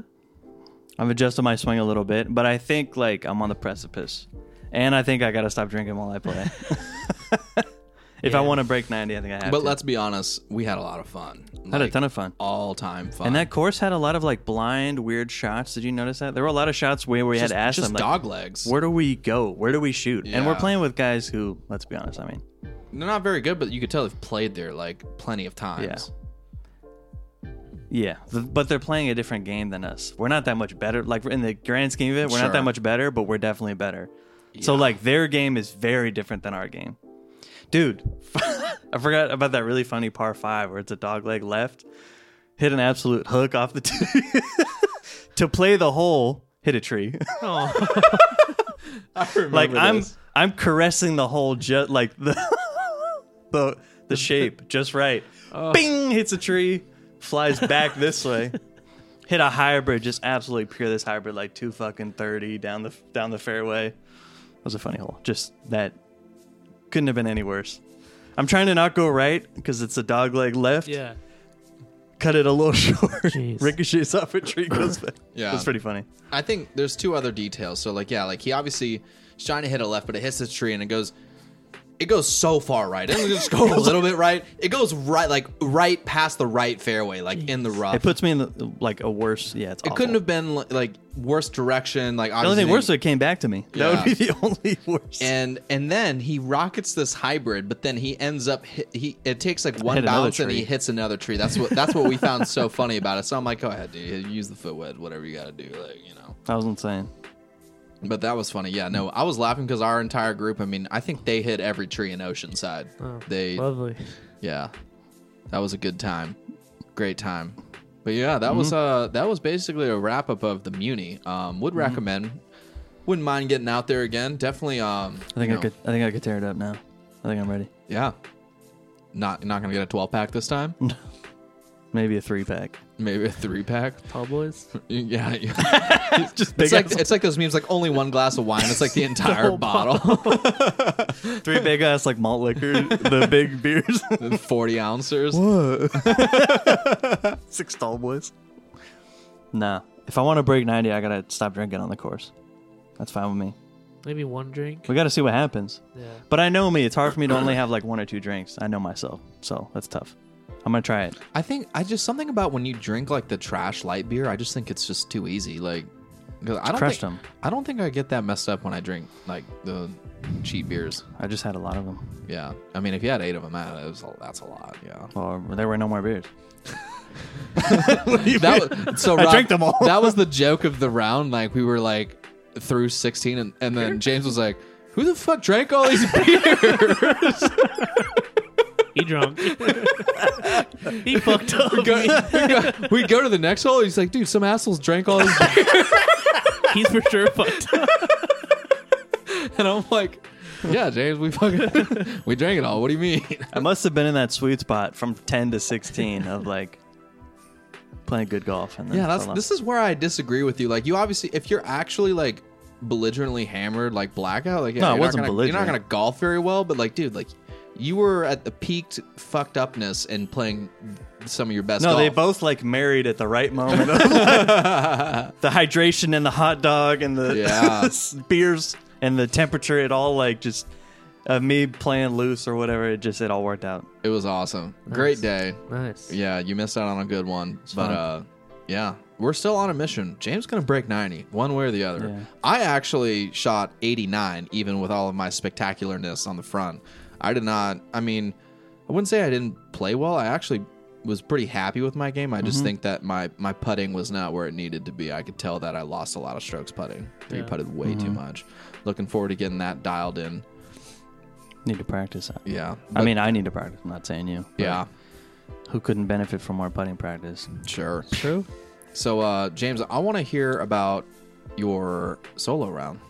I've adjusted my swing a little bit, but I think like I'm on the precipice. And I think I gotta stop drinking while I play. if I
Yeah.
want to break 90, I think I have
but
to.
let's be honest, we had a lot of fun.
had a ton of fun.
all time fun.
And that course had a lot of like blind, weird shots. Did you notice that? There were a lot of shots where we
just,
had asked
just
them, like,
dog legs.
where do we go? Where do we shoot? And we're
Yeah.
playing with guys who, let's be honest, I mean,
They're not very good, but you could tell they've played there like plenty of times.
Yeah, th- but they're playing a different game than us. We're not that much better. Like in the grand scheme of it, we're
Sure.
not that much better, but we're definitely better. So like their game is very different than our game. Dude, I forgot about that really funny par 5 where it's a dog leg left. Hit an absolute hook off the tee. to play the hole, hit a tree.
Oh,
like I'm I'm caressing the hole just like the the the shape just right.
Oh.
Bing hits a tree, flies back this way. Hit a hybrid, just absolutely pure this hybrid, like two fucking thirty down the down the fairway. That was a funny hole. Just that couldn't have been any worse. I'm trying to not go right because it's a dog leg left.
yeah.
Cut it a little short.
Jeez.
Ricochets off a tree, goes back.
Yeah.
that's pretty funny.
I think there's two other details. So like yeah, like he obviously is trying to hit a left, but it hits the tree and it goes it goes so far right. It doesn't just go a little bit right. It goes right like right past the right fairway, like in the rough.
It puts me in the, like a worse. Yeah, it's
it couldn't have been li- like worse direction, like
The only
obviously
thing worse, is it came back to me. That would be the only worst.
and and then he rockets this hybrid, but then he ends up hit, he it takes like one
Hit another
bounce and
tree.
he hits another tree. That's what that's what we found so funny about it. So I'm like, go ahead, dude, use the footwed, whatever you gotta do, like you know.
that was insane.
But that was funny. Yeah, no, I was laughing because our entire group. I mean, I think they hit every tree in Oceanside.
Oh,
they,
Lovely.
yeah, that was a good time, great time. But yeah, that
Mm-hmm.
was uh that was basically a wrap up of the Muni. Um,
Mm-hmm.
would recommend. Wouldn't mind getting out there again. Definitely. Um,
I think
you
I
know,
could. I think I could tear it up now. I think I'm ready.
Yeah. Not not gonna get a twelve pack this time.
Mm. Maybe a three pack.
Maybe a three pack.
Tall boys.
Yeah.
Just
It's like it's like those memes. Like only one glass of wine. It's like the entire bottle,
three big ass like malt liquor, the big beers,
forty ounces.
six tall boys. Nah, if I want to break ninety, I gotta stop drinking on the course. That's fine with me.
Maybe one drink.
We gotta see what happens.
Yeah.
But I know me. It's hard for me to only have like one or two drinks. I know myself, so that's tough. I'm I'm gonna try it.
I think I just something about when you drink like the trash light beer. I just think it's just too easy. Like, 'cause I don't
crushed
think,
'em.
I don't think I get that messed up when I drink like the cheap beers.
I just had a lot of them.
Yeah, I mean, if you had eight of them, that was a- that's a lot. Yeah,
Well, there were no more beers.
that was, so
I
Rob,
drank them all.
that was the joke of the round. Like we were like through sixteen, and, and then James was like, "Who the fuck drank all these beers?"
He drunk. he fucked up.
we, go, we, go, we go to the next hole. He's like, "Dude, some assholes drank all these." beers.
He's for sure fucked up.
And I'm like, "Yeah, James, we fucking we drank it all. What do you mean?"
I must have been in that sweet spot from 10 to 16 of like playing good golf. And then
Yeah, that's
fell off.
this is where I disagree with you. Like, you obviously, if you're actually like belligerently hammered, like blackout, like yeah,
No, I
you're not
wasn't
gonna, You're not
belligerent.
gonna golf very well, but like, dude, like you were at the peaked fucked upness and playing some of your best.
No,
golf.
they both like married at the right moment. the hydration and the hot dog and the
Yeah.
beers and the temperature, it all like just uh, me playing loose or whatever. It just it all worked out.
It was awesome. Great day.
Nice.
Yeah, you missed out on a good one, but
fun.
uh, yeah, we're still on a mission. James gonna break ninety, one way or the other.
Yeah.
I actually shot eighty nine, even with all of my spectacularness on the front. I did not. I mean, I wouldn't say I didn't play well. I actually was pretty happy with my game. I
Mm-hmm.
just think that my my putting was not where it needed to be. I could tell that I lost a lot of strokes putting. Three
Yeah.
putted way
Mm-hmm.
too much. Looking forward to getting that dialed in.
Need to practice that.
Yeah.
I
But-
mean, I need to practice. I'm not saying you. but
yeah,
Who couldn't benefit from more putting practice?
sure.
True.
So, uh, James, I want to hear about your solo round.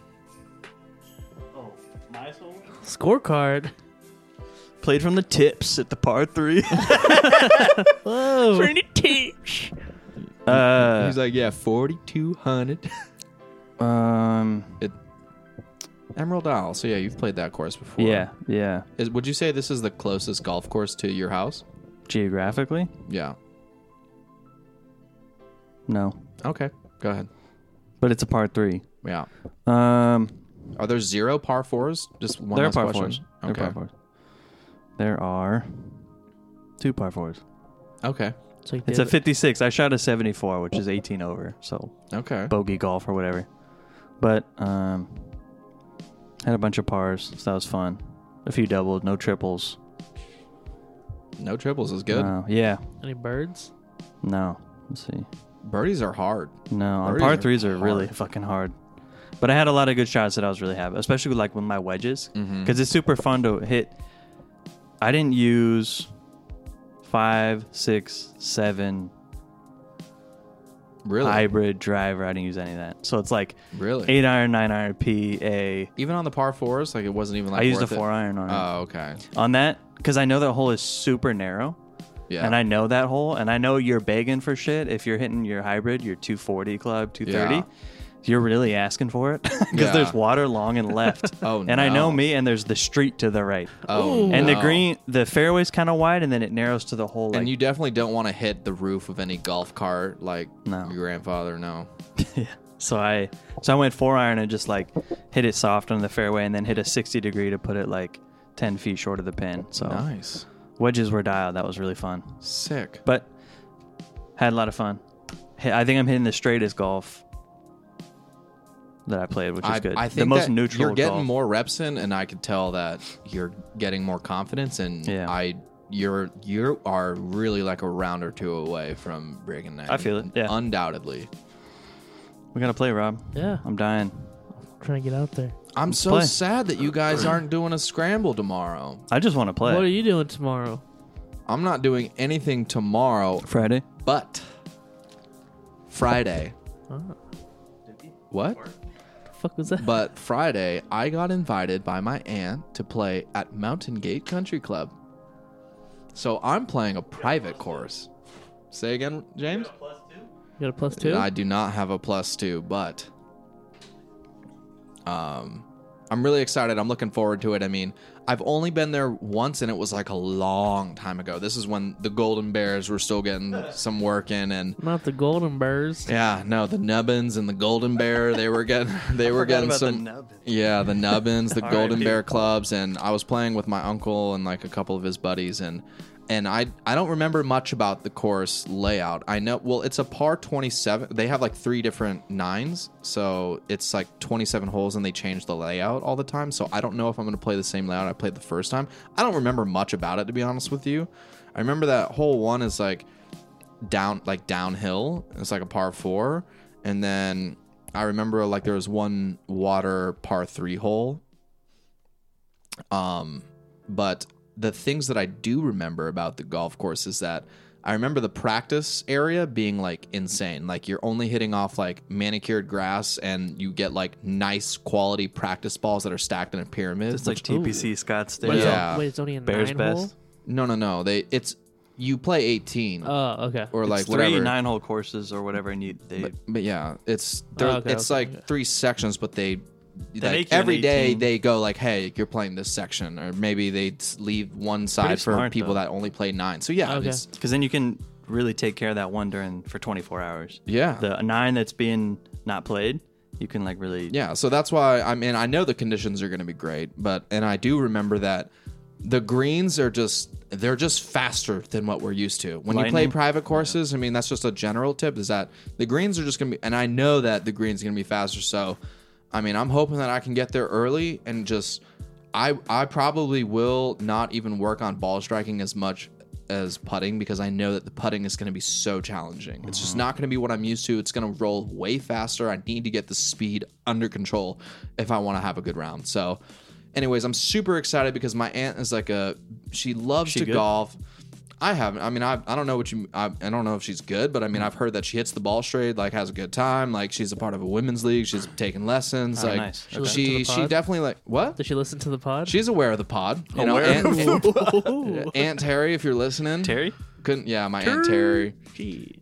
Scorecard.
Played from the tips at the par three.
Whoa. teach.
uh,
He's like, yeah, forty-two hundred
um,
Emerald Isle. So yeah, you've played that course before.
yeah, yeah.
Is, would you say this is the closest golf course to your house?
Geographically,
Yeah.
no,
Okay. Go ahead.
but it's a par three.
Yeah.
Um,
Are there zero par fours? Just one
there are
last
par
question.
fours. There are
Okay.
par fours. There are two par fours.
Okay.
So he
It's a
did
56. I shot a 74, which is 18 over, so
Okay.
bogey golf or whatever. But um, had a bunch of pars, so that was fun. A few doubles, no triples.
No triples is good.
No, yeah,
Any birds?
no. Let's see.
Birdies are hard.
No, on
Birdies
par
are
threes are really
hard.
fucking hard. But I had a lot of good shots that I was really happy, especially like with my wedges, because
Mm-hmm.
it's super fun to hit. I didn't use five, six, seven
Really.
hybrid driver. I didn't use any of that. So it's like
really.
eight iron, nine iron, PA.
Even on the par fours, like it wasn't even like
I used a
worth it?
four iron on it.
Oh, okay.
on that because I know that hole is super narrow,
Yeah.
and I know that hole, and I know you're begging for shit if you're hitting your hybrid, your 240 club, 230.
Yeah.
You're really asking for it because
Yeah.
there's water long and left.
Oh,
and I know
no.
me, and there's the street to the right,
Oh.
and the
no.
green, the fairway's kind of wide, and then it narrows to the hole. Like,
and you definitely don't want to hit the roof of any golf cart like
No.
your grandfather. No.
so I, so I went four iron and just like hit it soft on the fairway, and then hit a 60 degree to put it like 10 feet short of the pin. So
Nice.
wedges were dialed. That was really fun.
Sick.
but had a lot of fun. Hey, I think I'm hitting the straightest golf that I played, which is
I,
good.
I
the
think
most
that
neutral.
You're getting
golf.
more reps in, and I could tell that you're getting more confidence. And
Yeah.
I, you're you are really like a round or two away from breaking that.
I feel it, yeah.
undoubtedly.
We gotta play, Rob.
Yeah.
I'm dying.
trying to get out there.
I'm so
play.
sad that you guys aren't doing a scramble tomorrow.
I just want to play.
What are you doing tomorrow?
I'm not doing anything tomorrow,
Friday?
but Friday. What?
The fuck was that?
But Friday, I got invited by my aunt to play at Mountain Gate Country Club. So I'm playing a private course. Say again, James?
You got a plus two?
I do not have a plus two, but um, I'm really excited. I'm looking forward to it. I mean, I've only been there once, and it was like a long time ago. This is when the Golden Bears were still getting some work in, and
Not the golden birds.
yeah, no, the Nubbins and the Golden Bear, they were getting they were getting
about the
some
Nubbins.
Yeah, the Nubbins, the Golden
R.I.P.
Bear clubs and I was playing with my uncle and like a couple of his buddies and and I I don't remember much about the course layout. I know well it's a par 27. They have like three different nines, so it's like 27 holes and they change the layout all the time. So I don't know if I'm going to play the same layout I played the first time. I don't remember much about it to be honest with you. I remember that hole 1 is like down like downhill. It's like a par 4 and then I remember like there was one water par 3 hole um, but the things that I do remember about the golf course is that I remember the practice area being like insane. Like you're only hitting off like manicured grass and you get like nice quality practice balls that are stacked in a pyramid.
It's like
which-
TPC
What is
Scottsdale.
it-
Yeah.
wait, it's only a
Bears
nine
best.
no, no, no. They it's you play 18
hole. Oh, okay.
or like
Uh, It's
whatever.
three nine hole courses or whatever, and you they
But, but yeah, it's there,
Oh, okay,
it's
okay,
like
okay.
three sections, but they,
make
like
you an
every day
18.
they go like, "Hey, you're playing this section," or maybe they s- leave one side for
smart,
people
though.
that only play nine. So yeah,
Okay.
it's,
because then you can really take care of that one during for 24 hours.
yeah,
The nine that's being not played, you can like really
yeah. So that's why I mean I know the conditions are going to be great, but and I do remember that the greens are just they're just faster than what we're used to. When you play
Lightning.
private courses, I mean that's just a general tip is that the greens are just going to be and I know that the greens are going to be faster. So I mean I'm hoping that I can get there early and just I I probably will not even work on ball striking as much as putting because I know that the putting is going to be so challenging. It's
Mm-hmm.
just not going to be what I'm used to. It's going to roll way faster. I need to get the speed under control if I want to have a good round. So, anyways, I'm super excited because my aunt is like a she loves to
good?
golf. I haven't. I mean, I, I don't know what you. I, I don't know if she's good, but I
Mm.
mean, I've heard that she hits the ball straight, like has a good time, like she's a part of a women's league. She's taken lessons. like
Oh, nice.
she
Okay.
she,
Listen to the pod?
definitely like what
Did she listen to the pod?
She's aware of the pod. You know,
Aware
Aunt,
of
Aunt- Aunt Terry, if you're listening.
Terry?
Couldn't yeah, my Aunt Terry.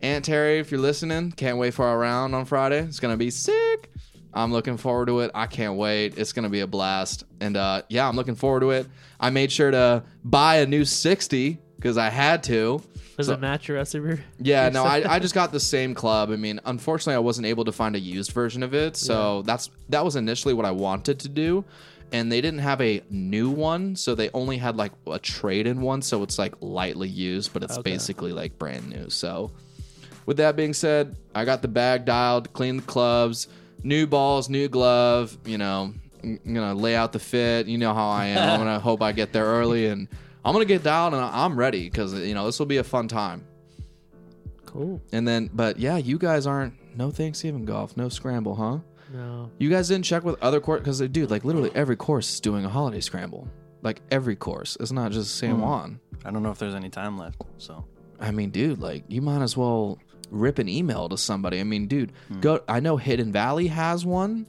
Aunt Terry, if you're listening, can't wait for our round on Friday. It's gonna be sick. I'm looking forward to it. I can't wait. It's gonna be a blast. And uh yeah, I'm looking forward to it. I made sure to buy a new 60 because I had to.
Does
So-
it match your recipe?
yeah, no, I, I just got the same club. I mean, unfortunately, I wasn't able to find a used version of it. So that's that was initially what I wanted to do, and they didn't have a new one, so they only had like a trade-in one. So it's like lightly used, but it's basically like brand new. So, with that being said, I got the bag dialed, cleaned the clubs, new balls, new glove. You know, I'm gonna lay out the fit. You know how I am. I'm gonna hope I get there early, and I'm gonna get dialed, and I'm ready because you know this will be a fun time.
Cool.
And then, but yeah, you guys aren't no Thanksgiving golf, no scramble, huh?
No.
You guys didn't check with other course because they do. Like literally every course is doing a holiday scramble. Like every course, it's not just San Juan.
I don't know if there's any time left. So
I mean, dude, like you might as well rip an email to somebody. I mean, dude, go. I know Hidden Valley has one.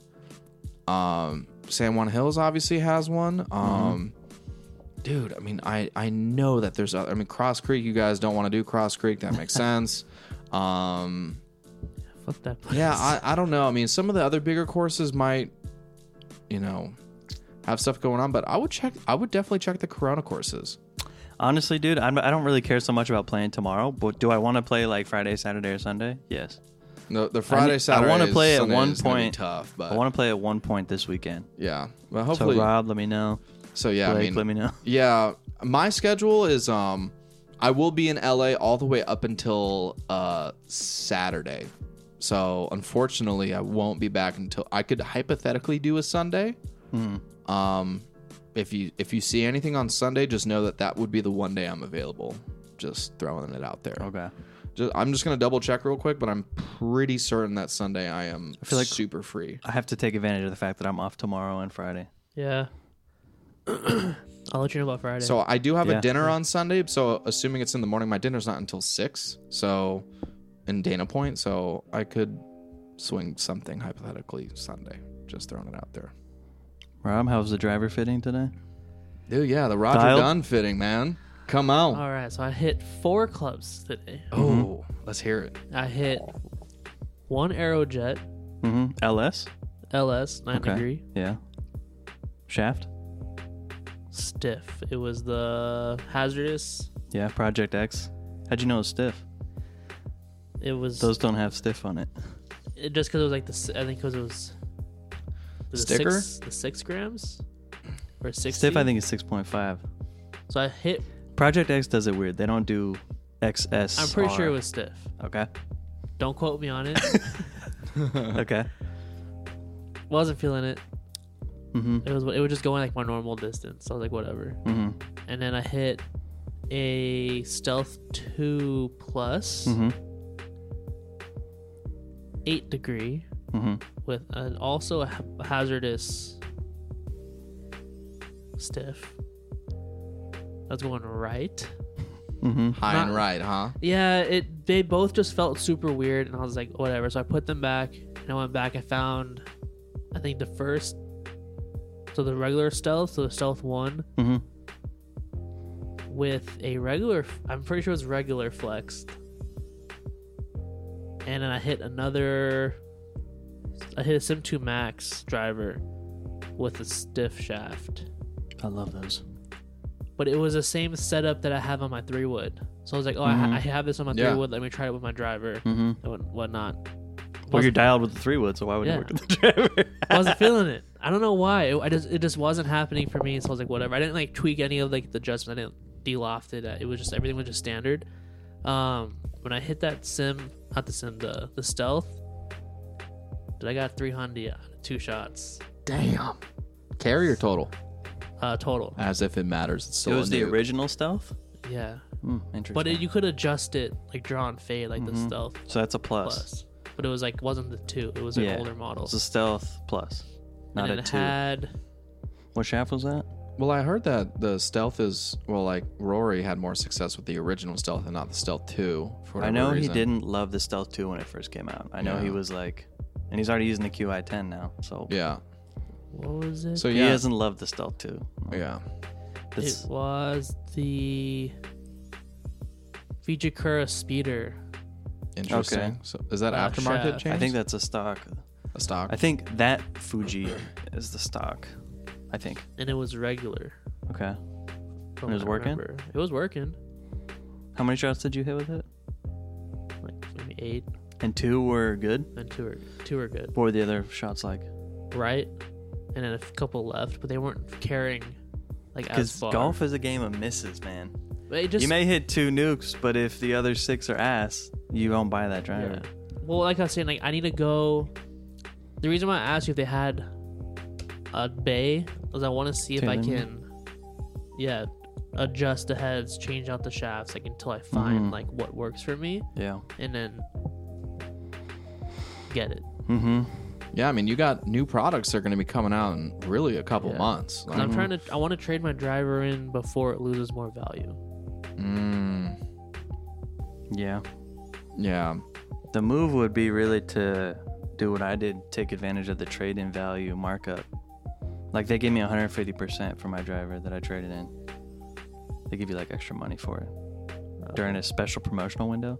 Um, San Juan Hills obviously has one. Um, dude, I mean, I I know that there's. Other, I mean, Cross Creek. You guys don't want to do Cross Creek. That makes sense. Um,
Fuck that place.
Yeah, I, I don't know. I mean, some of the other bigger courses might, you know, have stuff going on, but I would check. I would definitely check the Corona courses.
honestly, dude, I'm, I don't really care so much about playing tomorrow. But do I want to play like Friday, Saturday, or Sunday? Yes.
No, the
I
Friday,
ne-
Saturday.
I want to
is-
play at
Sunday
one
is gonna be
point.
Tough, but
I want to play at one point this weekend.
yeah. But
So
hopefully, so,
Rob, let me know.
yeah.
Blake,
I mean,
let me know.
yeah. My schedule is um, I will be in LA all the way up until uh Saturday. So unfortunately, I won't be back until I could hypothetically do a Sunday.
Hmm.
Um, if you if you see anything on Sunday, just know that that would be the one day I'm available. Just throwing it out there.
Okay.
Just, I'm just gonna double check real quick, but I'm pretty certain that Sunday I am
feel like-
super free.
I have to take advantage of the fact that I'm off tomorrow and Friday.
Yeah. I'll let you know about Friday.
So I do have
Yeah.
a dinner on Sunday. So assuming it's in the morning, my dinner's not until six. So in Dana Point, so I could swing something hypothetically Sunday. Just throwing it out there.
Rob, how's the driver fitting today?
Dude, yeah, the Roger
Dialed.
Dunn fitting, man. Come on.
All right. So I hit four clubs today.
Oh,
Mm-hmm.
let's hear it.
I hit one Aerojet
Mm-hmm. LS.
LS nine degree
Yeah. Shaft.
stiff. It was the hazardous.
Yeah. Project X. How'd you know it was stiff?
It was
Those don't have stiff on it.
it, just because it was like the. s- I think because it was the
Sticker?
six, the six grams or six.
Stiff, I think, is 6.5.
So I hit
Project X does it weird. They don't do XS.
I'm pretty sure it was stiff.
okay.
Don't quote me on it.
Okay.
Wasn't feeling it.
Mhm.
It was it was just going like my normal distance. So I was like whatever.
Mhm.
And then I hit a stealth two plus,
Mhm.
eight degree
Mhm.
with an also a ha- hazardous stiff. That's going right.
Mhm.
High and
Not-
right, huh?
Yeah, it they both just felt super weird and I was like, whatever. So I put them back and I went back. I found I think the first so the regular stealth, so the stealth one
Mhm.
with a regular I'm pretty sure it was regular flexed. And then I hit another I hit a Sim 2 Max driver with a stiff shaft
I love those.
but it was the same setup that I have on my three wood. So I was like, oh,
Mm-hmm.
I, ha- I have this on my
Yeah.
three wood. Let me try it with my driver
Mhm.
and what- whatnot.
Well, you're
Wasn't,
dialed with the three wood, so why would
Yeah.
you work with the driver?
wasn't feeling it. I don't know why. It, I just it just wasn't happening for me. So I was like, whatever. I didn't like tweak any of like the adjustments. I didn't deloft it. It was just everything was just standard. Um, when I hit that sim, not the sim, the the stealth, dude, I got three hundred two shots
Damn. Carrier total.
uh, total.
As if it matters. It's
it
still
was
a
the
nuke.
original stealth.
Yeah,
Mm, interesting.
but it, you could adjust it like draw and fade like the stealth
so that's a Mm-hmm. plus.
plus. But it was like wasn't the two. It was an
Yeah.
older model.
It's a stealth plus, not
and
a
it
two.
had
What shaft was that?
Well, I heard that the stealth is well, like Rory had more success with the original stealth and not the stealth two. For
I
whatever
know
reason.
he didn't love the stealth two when it first came out. I know he
Yeah.
was like, and he's already using the QI ten now, so
Yeah.
what was it?
So
he
yeah.
doesn't love the stealth two.
yeah.
It's-
it was the Fujikura speeder.
Interesting.
Okay.
So is that
Uh,
aftermarket
shaft.
change?
Oh, I think that's a stock.
a stock.
I think that Fuji is the stock. I think.
And it was regular.
Okay.
from
It was
what I
working?
remember. It was working.
How many shots did you hit with it?
Like maybe eight
And two were good.
and two were two were good.
What were the other shots like?
Right? And then a couple left, but they weren't carrying like as
Because
far.
golf is a game of misses, man.
But it just
you may hit two nukes, but if the other six are ass, you won't buy that driver.
Well, like I was saying, like I need to go. The reason why I asked you if they had a bay is I want to see if
Tailor
I
made.
can, yeah, adjust the heads, change out the shafts, like until I find
Mm-hmm.
like what works for me,
Yeah.
and then get it.
Mm-hmm.
yeah. I mean, you got new products that are going to be coming out in really a couple
Yeah.
months.
'Cause
Mm-hmm.
I'm trying to. I want to trade my driver in before it loses more value.
Mm,
Yeah.
yeah.
The move would be really to do what I did, take advantage of the trade in value markup. Like they gave me 150% for my driver that I traded in. They give you like extra money for it during a special promotional window.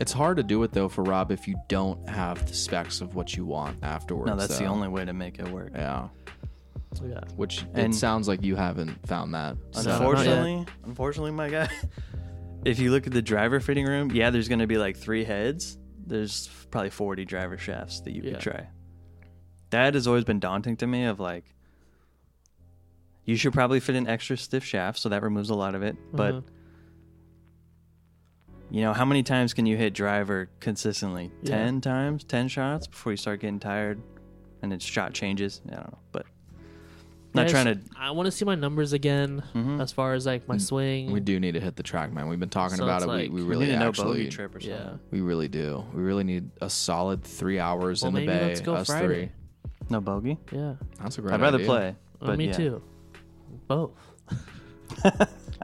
It's hard to do it though for Rob if you don't have the specs of what you want afterwards.
No, that's the
though.
only way to make it work.
Yeah.
So yeah,
Which
And-
it sounds like you haven't found that.
So- not
Unfortunately, unfortunately, my guy. If you look at the driver fitting room, yeah, there's going to be like three heads. There's probably 40 driver shafts that you
Yeah.
could try. That has always been daunting to me. Of like, you should probably fit an extra stiff shaft, so that removes a lot of it. But
Mhm.
you know, how many times can you hit driver consistently?
Yeah.
Ten times, ten shots before you start getting tired, and its shot changes. I don't know, but not
I
trying to. Mm-hmm. Mm.
just- I want to see my numbers again as far as like my swing.
We do need to hit the track, man. We've been talking
So
about
it's
it.
like-
we,
You
we
you
really
need to know
actually
bogey trip or something.
Yeah.
We really do. We really need a solid three hours
Well,
in the
maybe
bay.
let's go
us
Friday.
three.
No bogey.
Yeah.
That's a great.
I'd rather
idea.
play.
Oh,
But
me
yeah.
too. Both.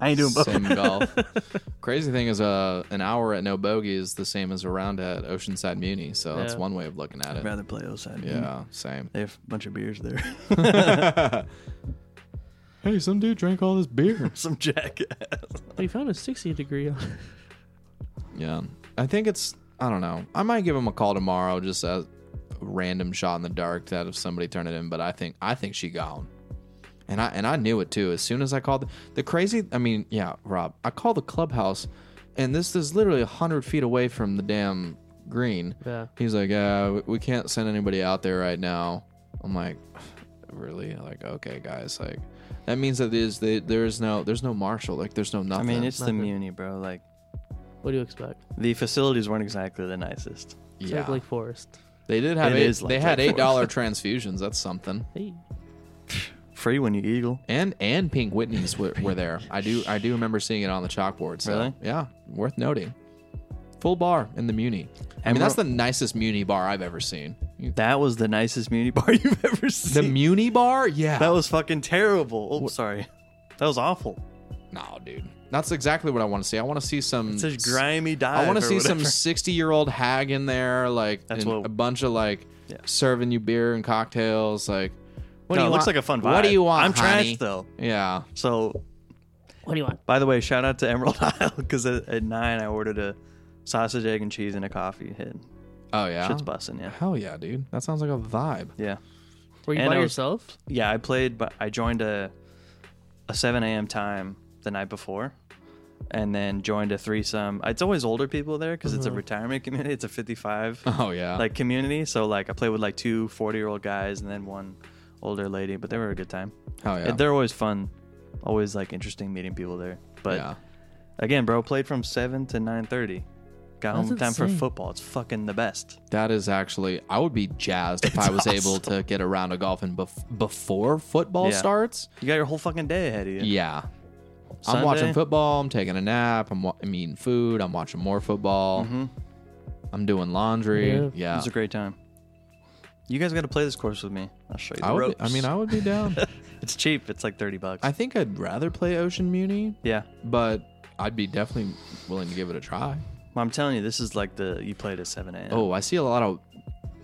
I ain't doing both.
Same golf. Crazy thing is, uh, an hour at no bogey is the same as a round at Oceanside Muni. So that's
Yeah.
one way of looking at
I'd
it.
rather play outside.
Yeah, same.
They have a bunch of beers there.
Hey, some dude drank all this beer.
Some jackass.
We found a 60 degree. on-
yeah, I think it's. I don't know. I might give him a call tomorrow, just as a random shot in the dark that if somebody turned it in. But I think I think she gone. And I and I knew it too. As soon as I called the, the crazy, I mean, yeah, Rob, I called the clubhouse, and this is literally hundred feet away from the damn green.
Yeah.
He's like, uh, we- we can't send anybody out there right now. I'm like, really like okay guys like that means that there's they, there's no there's no marshal like there's no
I
nothing
mean, it's the
nothing.
Muni, bro. Like
What do you expect?
the facilities weren't exactly the nicest.
It's
yeah
like Lake Forest.
they did have
It
eight,
is like
they had
that for
eight dollar transfusions that's something
Hey,
Free when you eagle.
and and pink whitney's were, were there i do i do remember seeing it on the chalkboard so
Really?
yeah worth noting full bar in the muni i
And
mean that's the
we're-
nicest muni bar i've ever seen You-
That was the nicest Muni bar you've ever
the
seen.
muni bar yeah
that was fucking terrible. Oh, sorry. That was awful.
no dude that's exactly what i want to see i want to see some
It's a grimy dive.
I want to
or
see some
whatever.
60 year old hag in there, like
That's
and
what-
a bunch of like
Yeah.
serving you beer and cocktails. Like, what
no,
do
it
you
looks
want?
like a fun vibe.
What do you want?
I'm
honey?
trash though.
Yeah,
So,
what do you want?
by the way, shout out to Emerald Isle because at, at nine I ordered a sausage, egg, and cheese and a coffee. Hit
oh yeah,
shit's busting. Yeah,
hell yeah, dude. That sounds like a vibe.
yeah,
Were you
And
by
I was-
yourself?
yeah. I played, but I joined a a 7 a.m. time the night before, and then joined a threesome. It's always older people there because it's a retirement community. It's a 55
Oh yeah,
like community. So like I played with like two 40 year old guys and then one older lady, but they were a good time.
hell yeah.
And They're always fun, always like interesting meeting people there. But
yeah.
again, bro, played from seven to nine thirty. Got
That's
home in time for
insane.
football. It's fucking the best.
That is actually, I would be jazzed if
It's
I was able
awesome.
to get a round of golf and bef- before football
Yeah.
starts.
You got your whole fucking day ahead of you.
Yeah. I'm watching
Sunday?
football. I'm taking a nap. I'm wa- I'm eating food. I'm watching more football.
Mm-hmm.
I'm doing laundry.
Yeah.
Yeah.
It was a great time. You guys got to play this course with me. I'll show you. The
I, would,
ropes.
I mean, I would be down.
it's cheap. It's like thirty bucks.
I think I'd rather play Ocean Muni,
yeah,
but I'd be definitely willing to give it a try.
well, I'm telling you, this is like the you played at seven a.m.
Oh, I see a lot of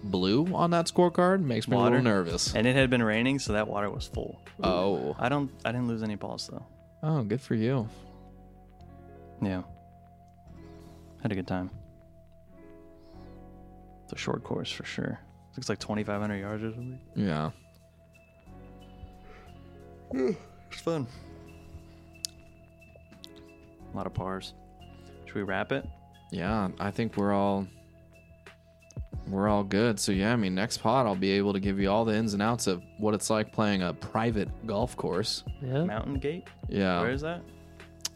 blue on that scorecard. Makes me a
Water.
little nervous.
and it had been raining, so that water was full.
Oh,
I don't. I didn't lose any balls though.
oh, good for you.
Yeah. Had a good time. It's a short course for sure. Looks like 2,500 yards or something.
Yeah.
It's fun. A lot of pars. Should we wrap it?
Yeah, I think we're all we're all good. So yeah, I mean, next pod I'll be able to give you all the ins and outs of what it's like playing a private golf course.
Yeah.
Mountain Gate?
Yeah,
Where is that?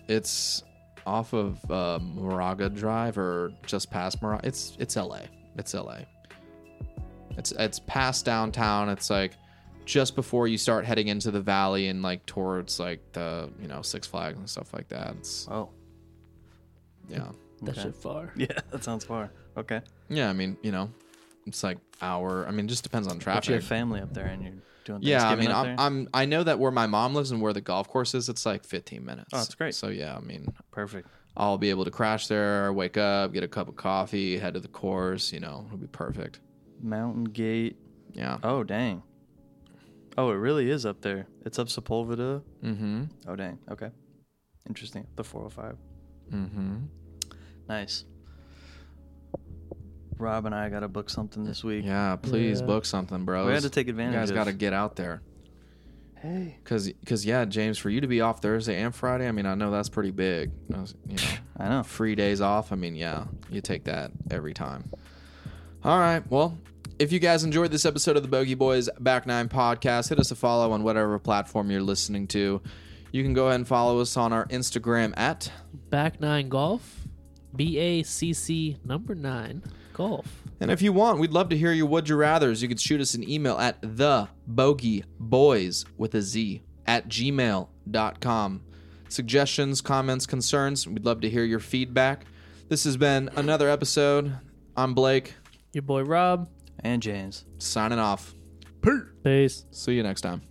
it's off of uh, Moraga Drive or just past Moraga. It's it's L.A. It's L.A. It's it's past downtown. It's like just before you start heading into the valley and like towards like the you know Six Flags and stuff like that. It's
Oh.
yeah.
That
Okay.
shit far.
Yeah, that sounds far. Okay.
Yeah, I mean, you know, it's like hour. I mean, it just depends on
But you
traffic.
have family up there and you're doing Thanksgiving
Yeah, I mean,
up
I'm,
there?
I'm I know that where my mom lives and where the golf course is, it's like 15 minutes.
Oh, that's great.
So yeah, I mean,
Perfect.
I'll be able to crash there, wake up, get a cup of coffee, head to the course. You know, it'll be perfect.
Mountain Gate.
Yeah.
Oh, dang. Oh, it really is up there. It's up Sepulveda.
Mm-hmm.
Oh, dang. Okay. Interesting. The 405.
Mm-hmm.
Nice. Rob and I got to book something this week.
Yeah. Please
Yeah.
book something, bro.
We had to take advantage.
You guys
of-
got to get out there,
Hey,
cause, cause yeah, James, for you to be off Thursday and Friday, I mean, I know that's pretty big. I was- You know.
I know.
free days off. I mean, yeah, you take that every time. All right. Well, if you guys enjoyed this episode of the Bogey Boys Back Nine podcast, hit us a follow on whatever platform you're listening to. You can go ahead and follow us on our Instagram at
Back nine golf. B A C C number nine golf.
And if you want, we'd love to hear your would you rathers. You could shoot us an email at the bogey boys with a Z at gmail.com. Suggestions, comments, concerns, we'd love to hear your feedback. This has been another episode. I'm Blake,
Your boy Rob.
And James.
signing off.
Peace.
See you next time.